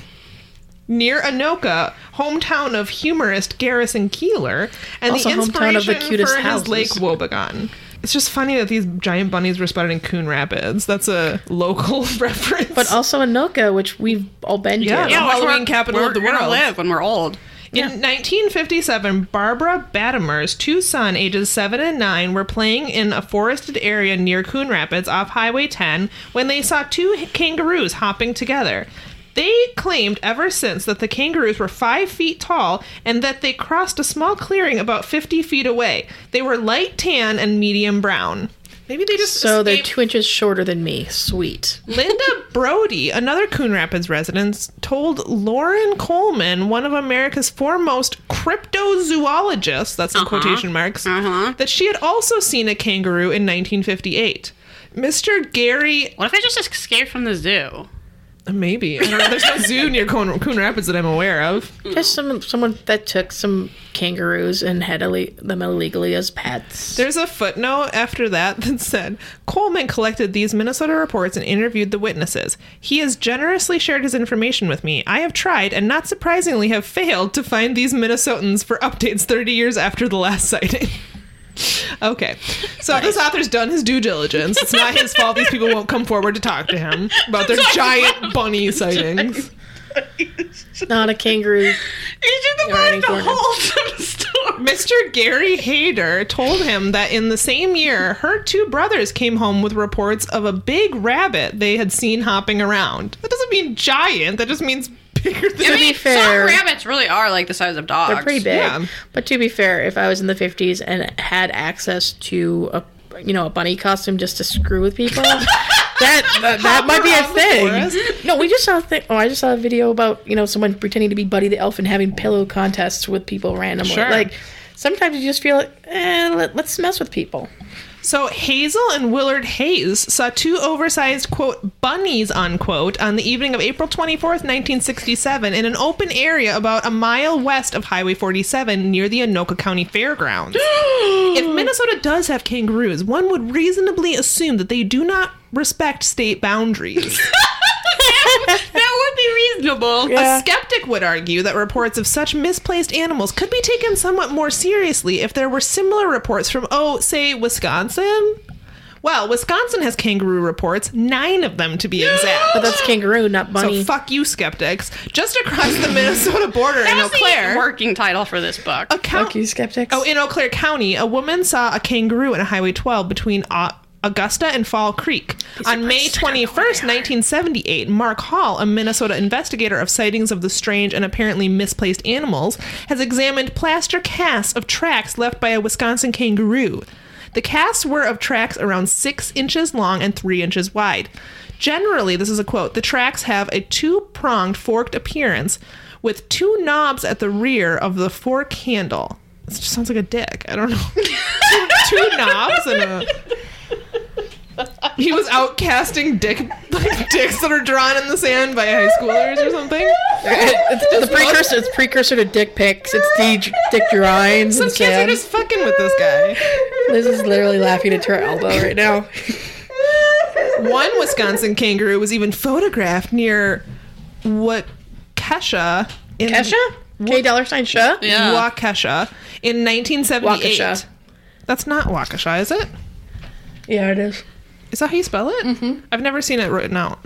near Anoka, hometown of humorist Garrison Keeler, and Also the hometown inspiration of the cutest for houses. his Lake Wobegon. It's just funny that these giant bunnies were spotted in Coon Rapids. That's a local *laughs* reference. But also Anoka, which we've all been Yeah. to. Yeah. Halloween capital we're of the gonna world. live when we're old. In 1957, Barbara Battimer's two sons, ages 7 and 9, were playing in a forested area near Coon Rapids off Highway 10 when they saw two kangaroos hopping together. They claimed ever since that the kangaroos were five feet tall and that they crossed a small clearing about 50 feet away. They were light tan and medium brown. Maybe they just So they're escaped- two inches shorter than me. Sweet. Mm. Linda Brody, another Coon Rapids resident, told Lauren Coleman, one of America's foremost cryptozoologists, that's in quotation marks, that she had also seen a kangaroo in 1958. Mr. Gary, What if they just escaped from the zoo? maybe. I don't know, there's no zoo near Coon, Coon Rapids that I'm aware of. Just some someone that took some kangaroos and had ille- them illegally as pets. There's a footnote after that that said Coleman collected these Minnesota reports and interviewed the witnesses. He has generously shared his information with me. I have tried and not surprisingly have failed to find these Minnesotans for updates 30 years after the last sighting. okay. So this author's done his due diligence. It's not his fault these people won't come forward to talk to him about their giant bunny sightings. Not a kangaroo. He's just the one that wholesome *laughs* story. Mr. Gary Hayder told him that in the same year, her two brothers came home with reports of a big rabbit they had seen hopping around. That doesn't mean giant, that just means bigger than. To be fair, Some rabbits really are like the size of dogs. they're pretty big. Yeah. But to be fair, if I was in the 50s and had access to a you know a bunny costume just to screw *laughs* with people, that that, that might be around the a forest? thing. No, we just saw a thing. Oh, I just saw a video about you know someone pretending to be Buddy the Elf and having pillow contests with people randomly. Sure. Like sometimes you just feel like eh, let, let's mess with people. So Hazel and Willard Hayes saw two oversized quote bunnies unquote on the evening of April 24th, 1967 in an open area about a mile west of Highway 47 near the Anoka County Fairgrounds. if Minnesota does have kangaroos, one would reasonably assume that they do not respect state boundaries. *laughs* that would be reasonable. Yeah. A skeptic would argue that reports of such misplaced animals could be taken somewhat more seriously if there were similar reports from, oh, say, Wisconsin. Well, Wisconsin has kangaroo reports, nine of them to be *gasps* exact. But that's kangaroo, not bunny. So fuck you, skeptics. Just across the Minnesota border in Eau That's the Claire, working title for this book. a coun- Fuck you, skeptics. *laughs* Oh, in Eau Claire County, a woman saw a kangaroo in Highway 12 between Au- Augusta and Fall Creek. On May 21st, 1978, Mark Hall, a Minnesota investigator of sightings of the strange and apparently misplaced animals, has examined plaster casts of tracks left by a Wisconsin kangaroo. The casts were of tracks around six inches long and three inches wide. Generally, this is a quote the tracks have a two pronged forked appearance with two knobs at the rear of the fork handle. This just sounds like a dick. I don't know. *laughs* two, two knobs and a. He was out casting dick like dicks that are drawn in the sand by high schoolers or something. it's, it's the precursor. It's precursor to dick pics. It's the d- dick drawings Some and kids are sand. just fucking with this guy. Liz is literally laughing at her elbow right now. One Wisconsin kangaroo was even photographed near what Kesha in Kesha, K dollar sign Sha. Yeah. Waukesha in 1978. Waukesha. That's not Waukesha, is it? Yeah, it is. Is that how you spell it? Mm-hmm. I've never seen it written out.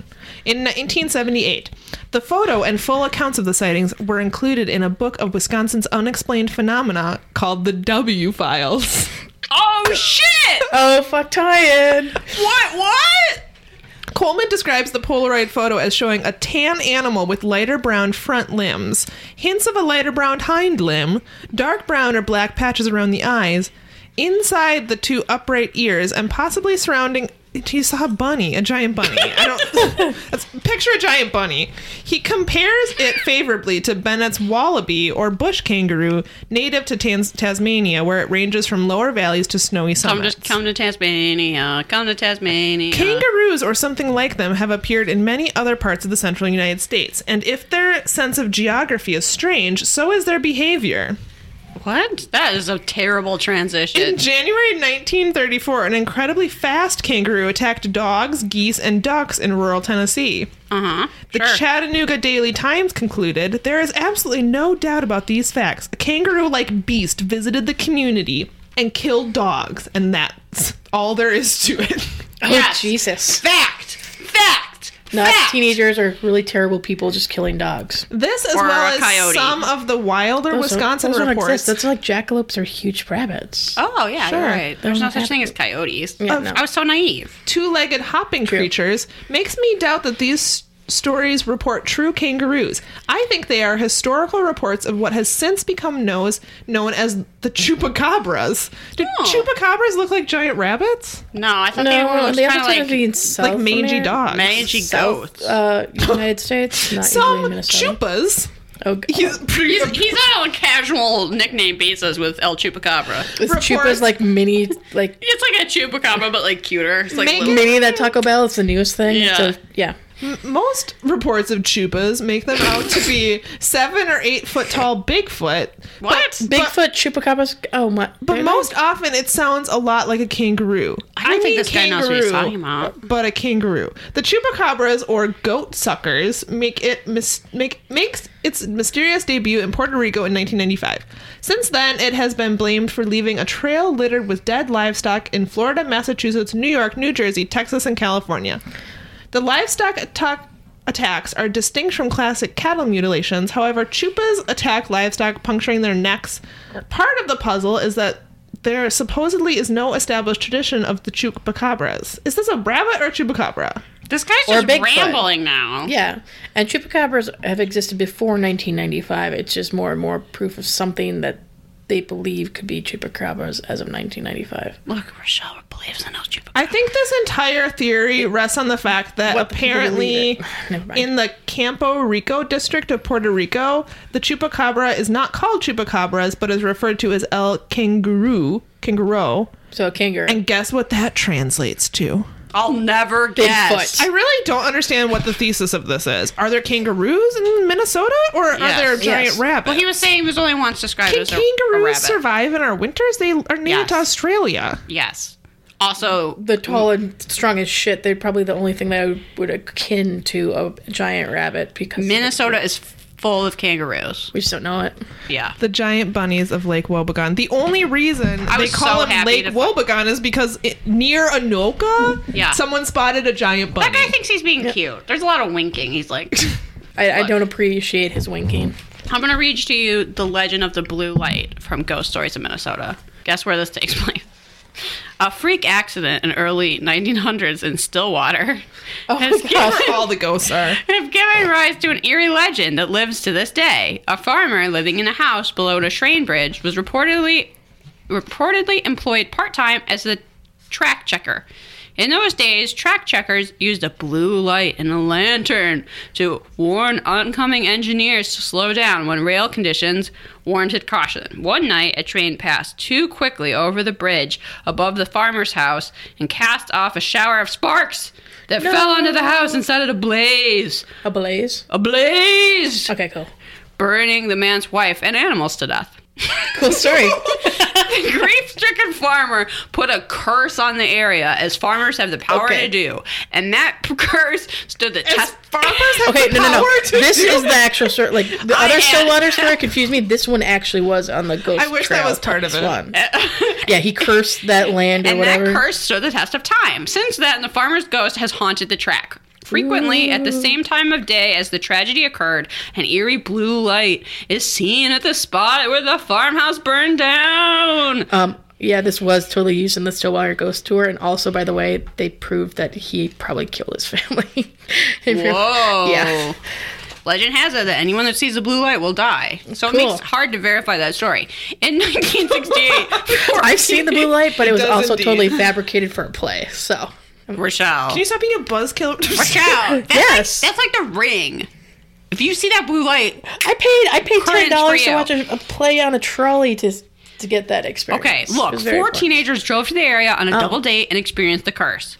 In 1978, the photo and full accounts of the sightings were included in a book of Wisconsin's unexplained phenomena called the W Files. Oh *laughs* shit! Oh fuck, Oh, tie-in. What? What? Coleman describes the Polaroid photo as showing a tan animal with lighter brown front limbs, hints of a lighter brown hind limb, dark brown or black patches around the eyes, inside the two upright ears, and possibly surrounding. He saw a bunny, a giant bunny. I *laughs* don't. that's- picture a giant bunny. He compares it favorably to Bennett's wallaby or bush kangaroo, native to Tans- Tasmania, where it ranges from lower valleys to snowy Come summits. to come to Tasmania. Come to Tasmania. Kangaroos or something like them have appeared in many other parts of the central United States, and if their sense of geography is strange, so is their behavior. what? That is a terrible In transition. January 1934, an incredibly fast kangaroo attacked dogs, geese, and ducks in rural Tennessee. Uh huh. The Sure. Chattanooga Daily Times concluded there is absolutely no doubt about these facts. A kangaroo like beast visited the community and killed dogs, and that's all there is to it. *laughs* Oh Yes. Jesus! fact. Fact. Not fact. teenagers are really terrible people just killing dogs. This as Or well a as coyote. some of the wilder Those don't- Wisconsin those don't reports. exist. That's like jackalopes are huge rabbits. Oh yeah, Sure. you're right. There's no not such thing as coyotes. Oh, Yeah, no. I was so naive. Two-legged hopping creatures makes me doubt that these s- stories report true kangaroos. I think they are historical reports of what has since become knows, known as the chupacabras. Do Oh. chupacabras look like giant rabbits? No, I thought they No, were they also kind tend of to be like in South like mangy Ameri- dogs. mangy South, goats. uh, *laughs* United States, not usually Some in Minnesota. chupas. Oh, God. He's, He's, he's on a casual nickname basis with El Chupacabra. This report- Chupa's like mini, like It's like a Chupacabra, but like cuter. It's like Make little- mini that Taco Bell. It's the newest thing. Yeah. So, yeah. Most reports of chupas make them out to be seven or eight foot tall Bigfoot. but- what? Bigfoot, Chupacabras. Oh my! But most often, it sounds a lot like a kangaroo. I don't mean think this guy knows what he's kangaroo, talking about. But a kangaroo. The chupacabras or goat suckers make it mis- make makes its mysterious debut in Puerto Rico in 1995. Since then, it has been blamed for leaving a trail littered with dead livestock in Florida, Massachusetts, New York, New Jersey, Texas, and California. The livestock attack attacks are distinct from classic cattle mutilations. However, chupas attack livestock, puncturing their necks. Part of the puzzle is that there supposedly is no established tradition of the chupacabras. Is this a rabbit or a chupacabra? This guy's Or just Bigfoot. rambling now. Yeah, and chupacabras have existed before 1995. It's just more and more proof of something that they believe could be chupacabras as of 1995. Look, Rochelle, we're lives in Elgin. I think this entire theory rests on the fact that What the people apparently believe it. Never mind. in the Campo Rico district of Puerto Rico, the chupacabra is not called chupacabras, but is referred to as el kangaroo, kangaroo. So a kangaroo. And guess what that translates to? I'll never guess. I really don't understand what the thesis of this is. Are there kangaroos in Minnesota, or are Yes. there giant Yes. rabbits? Well, he was saying he was only once described Can as a, a rabbit. kangaroos survive in our winters? They are native Yes. to Australia. Yes. Also, the tall and strong as shit. They're probably the only thing that I would akin to a giant rabbit because Minnesota is full of kangaroos. we just don't know it. Yeah. The giant bunnies of Lake Wobegon. The only reason I they was call so them happy Lake to- Wobegon is because it, near Anoka, Yeah. someone spotted a giant bunny. That *laughs* guy thinks he's being cute. There's a lot of winking. He's *laughs* like, I, I don't appreciate his winking. I'm going to read to you The Legend of the Blue Light from Ghost Stories of Minnesota. Guess where this takes place? A freak accident in early 1900s in Stillwater Oh my has gosh. Where all the ghosts are. have given rise to an eerie legend that lives to this day. A farmer living in a house below the Shrine Bridge was reportedly reportedly employed part-time as a track checker. In those days, track checkers used a blue light and a lantern to warn oncoming engineers to slow down when rail conditions warranted caution. One night, a train passed too quickly over the bridge above the farmer's house and cast off a shower of sparks that fell onto the house and set it ablaze. A blaze. Ablaze! Okay, cool. Burning the man's wife and animals to death. Cool story. The *laughs* grief stricken farmer put a curse on the area, as farmers have the power Okay. to do. And that *laughs* p- curse stood the test. *laughs* Okay, no, no, no. Power to This do is the actual story. Like the I other am- Stillwater story confused me. This one actually was on the ghost. I wish that trail was part of this it. one. *laughs* yeah, he cursed that land or and whatever. that curse stood the test of time. Since then, the farmer's ghost has haunted the track. Frequently, at the same time of day as the tragedy occurred, an eerie blue light is seen at the spot where the farmhouse burned down. um, yeah, this was totally used in the Stillwater Ghost Tour, and also, by the way, they proved that he probably killed his *laughs* family. If you're- Whoa. Yeah. Legend has it that anyone that sees the blue light will die. So it Cool. makes it hard to verify that story. In *laughs* 1968, *laughs* I've seen the blue light, but it was does also *laughs* indeed. totally fabricated for a play. So Rochelle. Can you stop being a *laughs* buzzkill? *laughs* Rochelle. That's Yes. Like, that's like the ring. If you see that blue light, I paid I paid Courage ten for dollars you. to watch a, a play on a trolley to to get that experience. okay, It look, was very four fun. teenagers drove to the area on a Oh. double date and experienced the curse.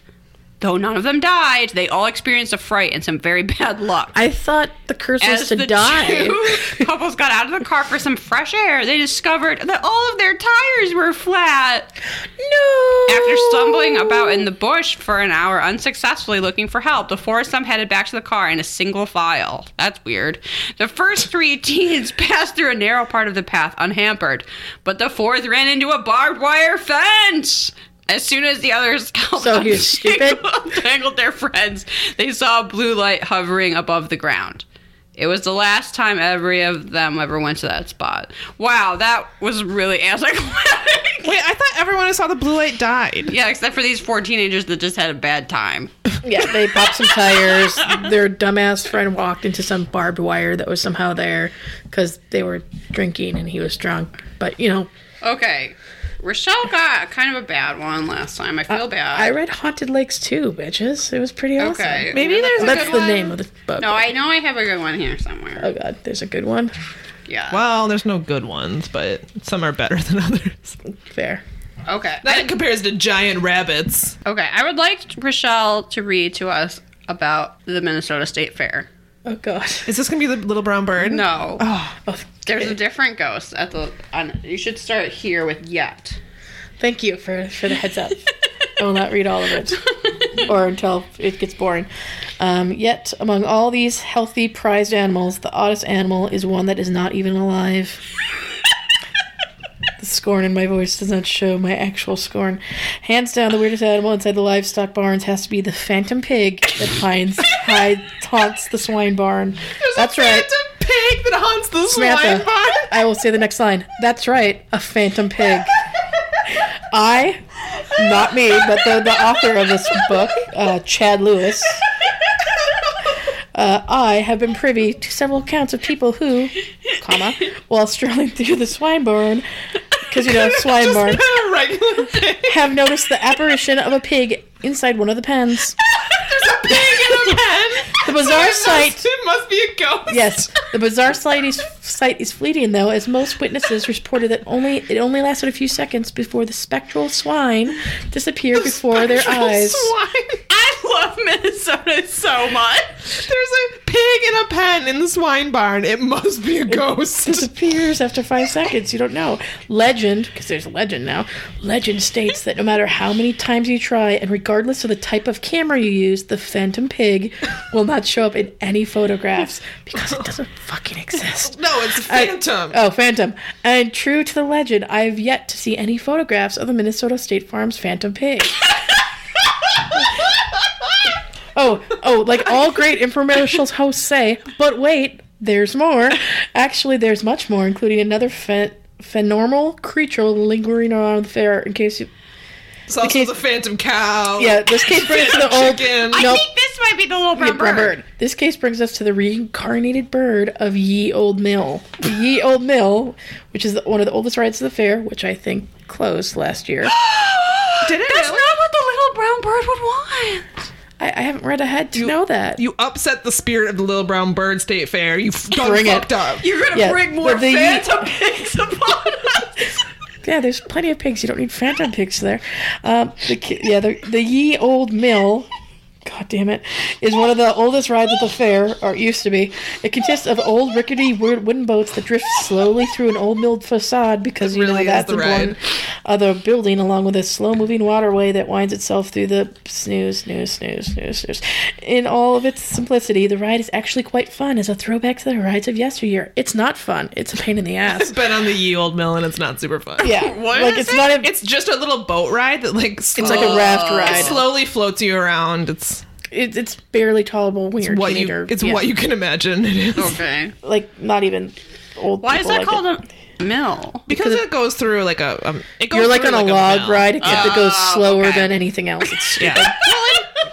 Though none of them died, they all experienced a fright and some very *laughs* bad luck. I thought the curse was As to the die. two couples got out of the car for some fresh air, they discovered that all of their tires were flat. no. After stumbling about in the bush for an hour unsuccessfully looking for help, the four of them headed back to the car in a single file. That's weird. The first three *laughs* teens passed through a narrow part of the path unhampered, but the fourth ran into a barbed wire fence. As soon as the others *laughs* helped So he was stupid? untangle- *laughs* untangled their friends, they saw a blue light hovering above the ground. It was the last time every of them ever went to that spot. Wow, that was really anticlimactic. *laughs* Wait, I thought everyone who saw the blue light died. Yeah, except for these four teenagers that just had a bad time. *laughs* yeah, they popped some tires. Their dumbass friend walked into some barbed wire that was somehow there because they were drinking and he was drunk. But you know, Okay. Rochelle got kind of a bad one last time. I feel bad. Uh, I read Haunted Lakes too, bitches. It was pretty awesome. okay. Maybe there's a That's good the one. name of the book. No, I know I have a good one here somewhere. oh god, there's a good one. Yeah. Well, there's no good ones, but some are better than others. Fair. Okay. That compares to giant rabbits. okay. I would like Rochelle to read to us about the Minnesota State Fair. Oh god. *laughs* Is this gonna be the little brown bird? No. Oh, There's a different ghost at the. On, you should start here with yet. Thank you for, for the *laughs* heads up. I will not read all of it, or until it gets boring. Um, yet, among all these healthy, prized animals, the oddest animal is one that is not even alive. the scorn in my voice does not show my actual scorn. Hands down, the weirdest animal inside the livestock barns has to be the phantom pig that pines, hides, haunts the swine barn. That's right. It's a pig that haunts the swine Samantha, barn. I will say the next line. That's right, a phantom pig. I, not me, but the, the author of this book, uh, Chad Lewis, uh, I have been privy to several accounts of people who, comma, while strolling through the swine barn, because *laughs* you know Just Swinebar been a regular pig. have noticed the apparition of a pig inside one of the pens. There's a pig in a pen. The bizarre It must- sight. It must be a ghost. Yes, the bizarre sight is, sight is fleeting though, as most witnesses reported that only it only lasted a few seconds before the spectral swine disappeared *laughs* before their Spectral eyes. swine. I love Minnesota so much. There's a pig in a pen in the swine barn. It must be a ghost. disappears after five seconds. You don't know. Legend, because there's a legend now, legend states that no matter how many times you try, and regardless of the type of camera you use, the phantom pig will not show up in any photographs because it doesn't fucking exist. *laughs* No, it's a phantom. Oh, phantom. And true to the legend, I have yet to see any photographs of the Minnesota State Farm's phantom pig. *laughs* Oh, oh, like all great infomercials hosts say, but wait, there's more. Actually, there's much more, including another phen- phenomenal creature lingering around the fair in case you. it's also case- the phantom cow. Yeah, this case brings to the old. Chicken. Nope. I think this might be the little Yeah, brown brown bird. bird. This case brings us to the reincarnated bird of Ye Old Mill. Ye Old Mill, which is the, one of the oldest rides of the fair, which I think closed last year. Did it That's really? not what the little brown bird would want. I, I haven't read ahead to know that. You upset the spirit of the little brown bird state fair. You f- done Bring it. fucked up. You're *laughs* gonna Yeah, bring more but the- phantom pigs upon us. *laughs* Yeah, there's plenty of pigs. You don't need phantom pigs there. Um, the, ki- yeah, the, the Ye Old Mill. God damn it! Is one of the oldest rides at the fair, or it used to be. It consists of old rickety wo- wooden boats that drift slowly through an old milled facade because you really is know that's the the ride. one other building, along with a slow-moving waterway that winds itself through the snooze, snooze, snooze, snooze, snooze. In all of its simplicity, the ride is actually quite fun as a throwback to the rides of yesteryear. It's not fun. It's a pain in *laughs* the ass. It's been on the ye old mill and it's not super fun. Yeah, What like is it's it? not. A, It's just a little boat ride that like It's like a raft ride. slowly floats you around. It's It, it's barely tolerable when you're a what teenager. you it's Yeah. Oh, what you can imagine. It is. Okay. like not even old. Why is people that like called it. a mill? *laughs* *laughs* Because it goes through like a um, it goes You're like on through, a log mill. ride, except it goes slower Ah, okay. than *laughs* anything else. It's stupid. Yeah. *laughs*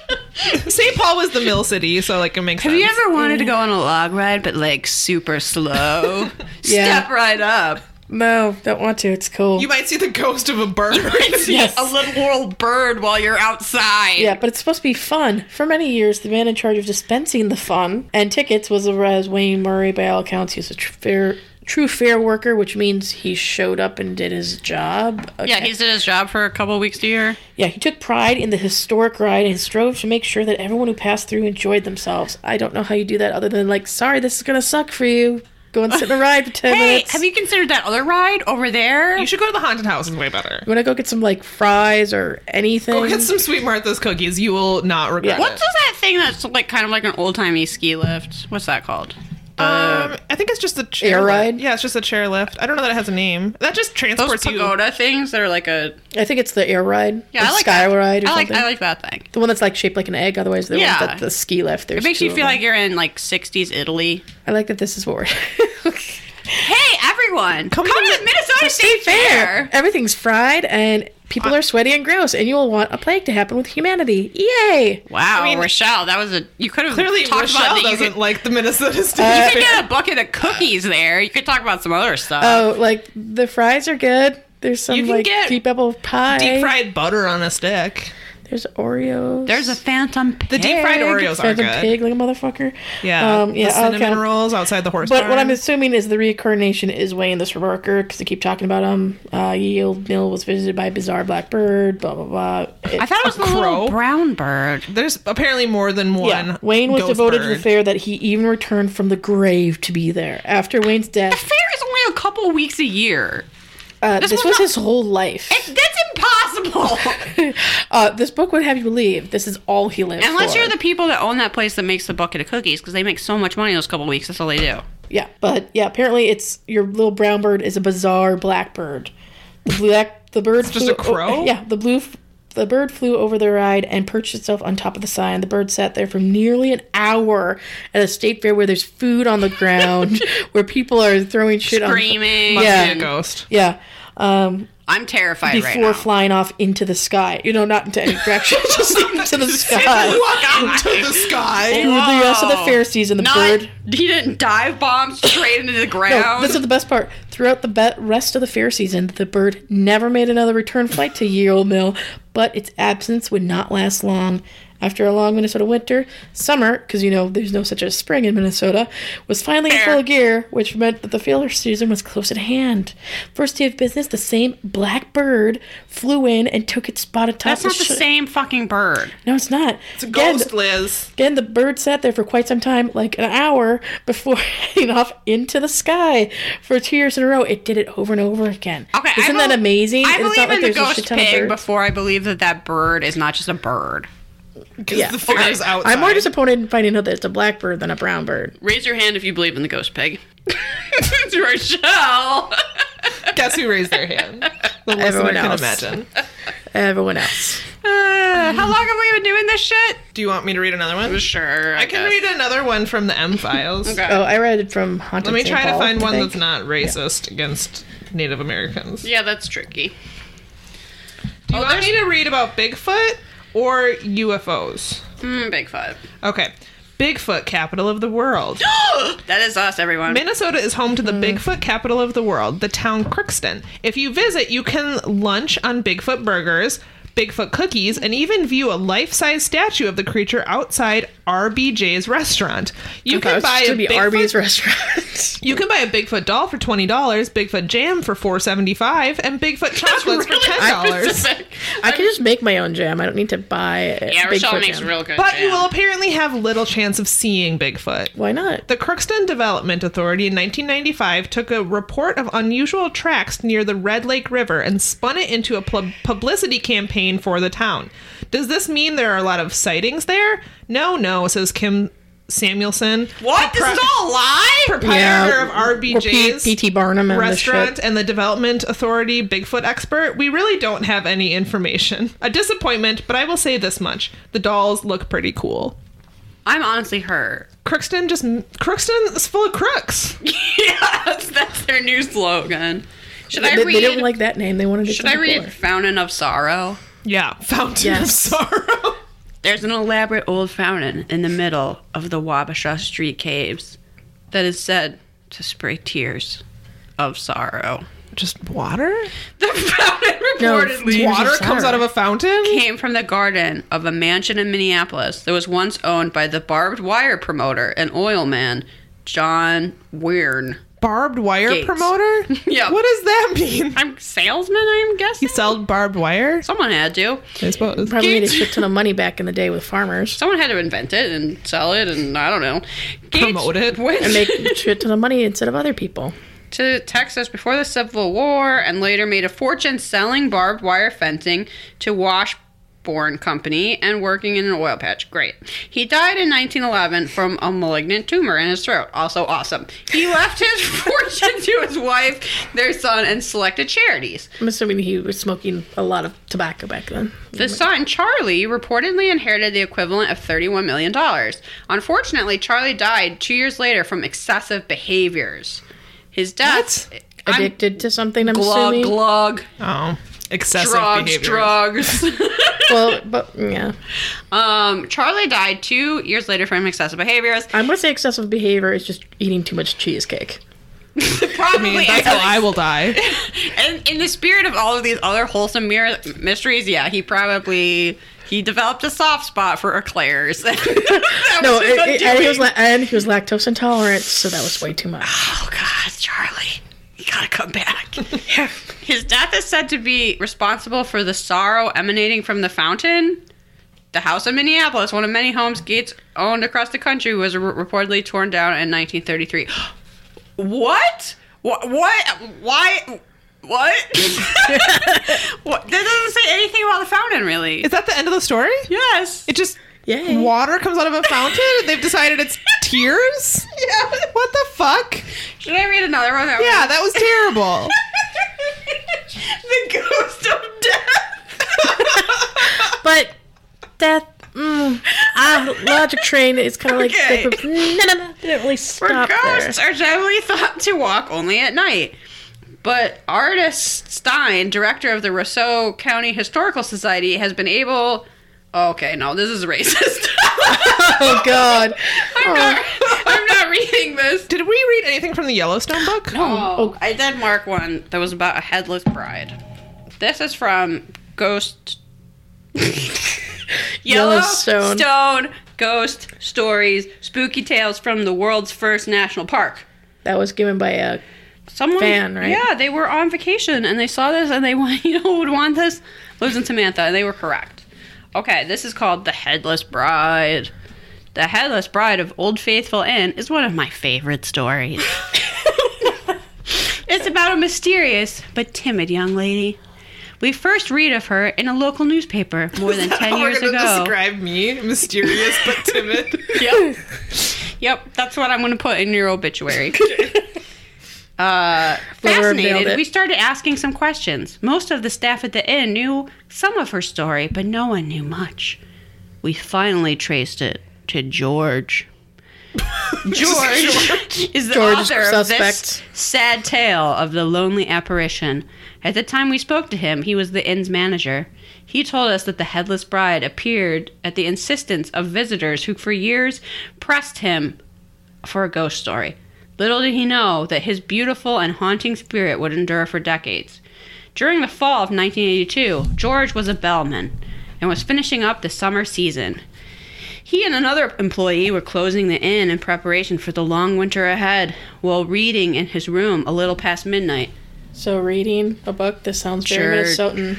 St. Paul was the mill city, so like it makes Have sense. you ever wanted to go on a log ride, but like super slow? *laughs* Yeah. Step right up. No, don't want to. It's cool. You might see the ghost of a bird. *laughs* Yes. A little old bird while you're outside. yeah, but it's supposed to be fun. For many years, the man in charge of dispensing the fun and tickets was a res Wayne Murray. By all accounts, he's a tr- fair, true fair worker, which means he showed up and did his job. Yeah, Okay. he's did his job for a couple weeks to year. Yeah, he took pride in the historic ride and strove to make sure that everyone who passed through enjoyed themselves. I don't know how you do that other than like, sorry, this is gonna suck for you. Go and sit in a ride for ten Hey, minutes. have you considered that other ride over there? You should go to the haunted house. It's way better. You wanna go get some like fries or anything? Go get some Sweet Martha's cookies. You will not regret Yeah. What's it. that thing that's like kind of like an old timey ski lift? What's that called? Um, I think it's just a chair Air lift. ride? Yeah, it's just a chair lift. I don't know that it has a name. That just Those transports you. pagoda things that are like a I think it's the air ride. yeah, the I like sky that. ride or I like something. I like that thing. the one that's like shaped like an egg, otherwise the Yeah. one that the ski lift. There's It makes two you of feel them. like you're in like '60s Italy. I like that this is what we're *laughs* Hey, everyone, come, to to the- the Minnesota State Fair. Everything's fried and people are sweaty and gross, and you'll want a plague to happen with humanity. Yay! Wow, mean- Rochelle, that was a you could have Clearly, talked Rochelle about that. You doesn't could, like the Minnesota State Uh, you Fair. could *laughs* get a bucket of cookies there. You could talk about some other stuff. Oh, like the fries are good. There's some You can like get deep apple pie. Deep fried butter on a stick. There's Oreos. There's a phantom. The deep fried Oreos are Phantom good. pig, like a motherfucker. Yeah, Um, yeah. the I'll cinnamon count- rolls outside the horse. But what barn. I'm assuming is the reincarnation is Wayne the Sherbarker because they keep talking about him. Uh, Yield Mill was visited by a bizarre black bird. Blah blah blah. It- I thought it was the crow? little brown bird. there's apparently more than one. yeah, Wayne was ghost devoted to the bird. fair that he even returned from the grave to be there. After *laughs* Wayne's death, Fair is only a couple weeks a year. uh, this, was was not- his whole life. That's impossible. Uh, this book would have you believe this is all he lived Unless for. you're the people that own that place that makes the bucket of cookies, because they make so much money those couple weeks. That's all they do. Yeah, but yeah, apparently it's your little brown bird is a bizarre blackbird. The black the bird just flew a crow? o- yeah, the blue f- the bird flew over the ride and perched itself on top of the sign. The bird sat there for nearly an hour at a state fair where *laughs* there's food on the ground, where people are throwing shit on. Screaming. Must be Yeah. a ghost. Yeah. um, I'm terrified right before now. flying off into the sky. You know, not into any direction, *laughs* just into *laughs* the sky. Walk into the sky. Through the rest of the Whoa. Pharisees and *laughs* the Not, bird. He didn't dive bomb straight into the No, ground. this is the best part. Throughout the be- rest of the fair season, the bird never made another return flight to Ye Old Mill, but its absence would not last long. After a long Minnesota winter, summer, because you know there's no such as spring in Minnesota, was finally in full gear, which meant that the fair season was close at hand. First day of business, the same black bird flew in and took its spot atop That's not the sh- same fucking bird. No, it's not. It's The ghost, Liz. Again, the bird sat there for quite some time, like an hour, before *laughs* heading off into the sky. For two years in a row, it did it over and over again. Okay, I isn't that bel- amazing? I And believe in the ghost of pig birds. before I believe that that bird is not just a bird. Yeah. The fair is outside. I'm more disappointed in finding out that it's a blackbird than a brown bird. Raise your hand if you believe in the ghost pig. *laughs* it's Rochelle. *laughs* Guess who raised their *laughs* hand? The listener Everyone can else. imagine. Everyone else, *laughs* Uh, how long have we been doing this shit? Do you want me to read another one? Sure. I can read another one from the M Files. Okay. oh, I read it from Haunted. Let me St. try to Paul, find I one think. that's not racist against Native Americans. Yeah, that's tricky. Do you want me to read about Bigfoot or UFOs? Mm, big *gasps* five. Okay. Bigfoot, capital of the world. that is us, everyone. Minnesota is home Hmm. to the Bigfoot capital of the world, the town Crookston. If you visit, you can lunch on Bigfoot burgers, Bigfoot cookies, and even view a life-size statue of the creature outside RBJ's restaurant. You I thought it can was buy just a gonna be Bigfoot- *laughs* Arby's restaurant. You can buy a Bigfoot doll for twenty dollars, Bigfoot jam for four seventy-five, and *laughs* Bigfoot chocolates for ten dollars. I can just make my own jam. I don't need to buy. a yeah, Bigfoot Rochelle makes jam. real good. But you jam. will apparently have little chance of seeing Bigfoot. Why not? The Crookston Development Authority in 1995 took a report of unusual tracks near the Red Lake River and spun it into a pub- publicity campaign for the town. Does this mean there are a lot of sightings there? No, no, says Kim Samuelson. What? This is all a lie? Proprietor Yeah, of Or P- RBJ's P.T. Barnum and the shit. restaurant and the development authority Bigfoot expert, we really don't have any information. A disappointment, but I will say this much: the dolls look pretty cool. I'm honestly hurt. Crookston just Crookston is full of crooks. yes, that's their new slogan. Should I They, read? they didn't like that name. They wanted it should to I be read cooler. Fountain of Sorrow? Yeah, fountain Yes. of sorrow. There's an elaborate old fountain in the middle of the Wabasha Street caves that is said to spray tears of sorrow. *laughs* Just water? The fountain reportedly tears of Water comes sorrow. out of a fountain? came from the garden of a mansion in Minneapolis that was once owned by the barbed wire promoter and oil man John Weirn. Barbed wire Gates. *laughs* promoter? Yeah. What does that mean? *laughs* I'm salesman, I'm guessing. He sold barbed wire? Someone had to. I suppose. Probably made a Gates- shit ton of money back in the day with farmers. Someone had to invent it and sell it, and I don't know. Gates Promote it. went and make *laughs* shit ton of money instead of other people. to Texas before the Civil War and later made a fortune selling barbed wire fencing to Washburn Company and working in an oil patch. Great. He died in 1911 from a malignant tumor in his throat. Also awesome. He left his *laughs* fortune to his wife, their son, and selected charities. I'm assuming he was smoking a lot of tobacco back then. The son, Charlie, reportedly inherited the equivalent of $31 million. Unfortunately, Charlie died two years later from excessive behaviors. His death. I'm- Addicted to something, I'm Glug, assuming. glug. Oh. Excessive drugs, behavior. drugs. *laughs* Well, but yeah, um, Charlie died two years later from excessive behaviors. I'm gonna say excessive behavior is just eating too much cheesecake. I Probably, mean, that's how I will die. and in the spirit of all of these other wholesome mir- mysteries, yeah, he probably he developed a soft spot for eclairs. *laughs* That No, was his it- it- and he was undoing. la- and he was lactose intolerant, so that was way too much. oh god, Charlie, you gotta come back. *laughs* His death is said to be responsible for the sorrow emanating from the fountain. The house in Minneapolis, one of many homes Gates owned across the country, was re- reportedly torn down in 1933. *gasps* what? What? What? Why? What? *laughs* what? That doesn't say anything about the fountain, really. Is that the end of the story? yes. It just Yay. water comes out of a fountain? They've decided it's tears? Yeah. What the fuck? Should I read another one? That was- *laughs* Yeah, that was *laughs* terrible. the ghost of death. But death. Mm, ah, logic train is kind of like mm, Okay. no, no, no, didn't really For stop there. ghosts are generally thought to walk only at night. But artist Stein, director of the Roseau County Historical Society, has been able. Okay, no, this is racist. *laughs* Oh God. Oh. I'm, not, I'm not reading this. Did we read anything from the Yellowstone book? No. Oh, I did mark one that was about a headless bride. This is from Ghost *laughs* Yellowstone. Yellowstone Ghost Stories, Spooky Tales from the World's First National Park. That was given by a. Someone, Fan, right? Yeah, they were on vacation and they saw this and they *laughs* want you know who would want this lives in Samantha and they were correct. Okay, this is called the Headless Bride. The Headless Bride of Old Faithful Inn is one of my favorite stories. it's about a mysterious but timid young lady. We first read of her in a local newspaper more *laughs* than ten years We're gonna ago. describe me, mysterious but timid. *laughs* Yep. yep. That's what I'm going to put in your obituary. Uh, Laura nailed fascinated, it. we started asking some questions. Most of the staff at the inn knew some of her story, but no one knew much. We finally traced it to George. George *laughs* is the George is author of this suspect. sad tale of the lonely apparition. At the time we spoke to him, he was the inn's manager. He told us that the headless bride appeared at the insistence of visitors who, for years, pressed him for a ghost story. Little did he know that his beautiful and haunting spirit would endure for decades. During the fall of 1982, George was a bellman and was finishing up the summer season. He and another employee were closing the inn in preparation for the long winter ahead while reading in his room a little past midnight. *laughs* So reading a book. This sounds very Sure. Minnesotan.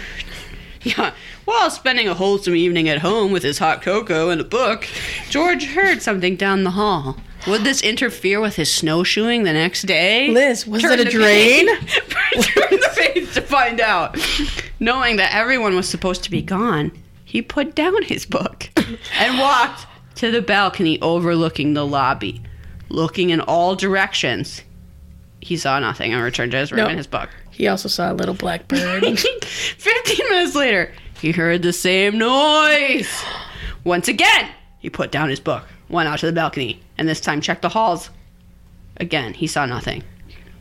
Yeah. While spending a wholesome evening at home with his hot cocoa and a book, George heard something down the hall. Would this interfere with his snowshoeing the next day? Liz, was it a the drain? page- *laughs* Turn the page to find out. Knowing that everyone was supposed to be gone, he put down his book and walked to the balcony overlooking the lobby. Looking in all directions, he saw nothing and returned to his room No. and his book. *laughs* He also saw a little black bird. 15 minutes later, he heard the same noise. Once again, he put down his book, went out to the balcony, and this time checked the halls. Again, he saw nothing.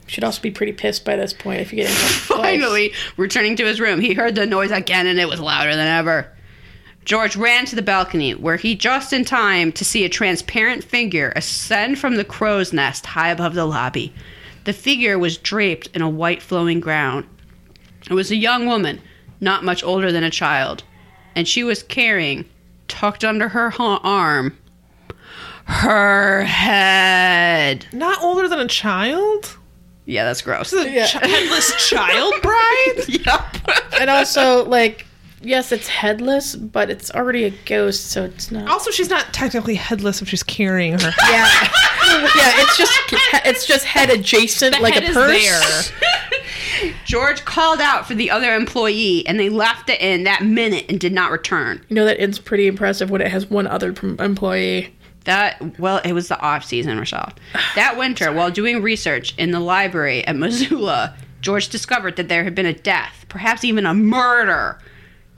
Should also be pretty pissed by this point if you get into Finally, returning to his room, he heard the noise again and it was louder than ever. George ran to the balcony, where he just in time to see a transparent figure ascend from the crow's nest high above the lobby. The figure was draped in a white flowing gown. It was a young woman, not much older than a child, and she was carrying, tucked under her ha- arm, her head. Not older than a child. Yeah, that's gross. The Yeah. chi- headless child bride. *laughs* Yep. And also, like, yes, it's headless, but it's already a ghost, so it's not. Also, she's not technically headless if she's carrying her. Yeah, yeah. It's just it's just head adjacent, like head a is purse. George called out for the other employee, and they left the inn that minute and did not return. You know that it's pretty impressive when it has one other pr- employee. That well, it was the off season, Rochelle. *sighs* That winter, while doing research in the library at Missoula, George discovered that there had been a death, perhaps even a murder,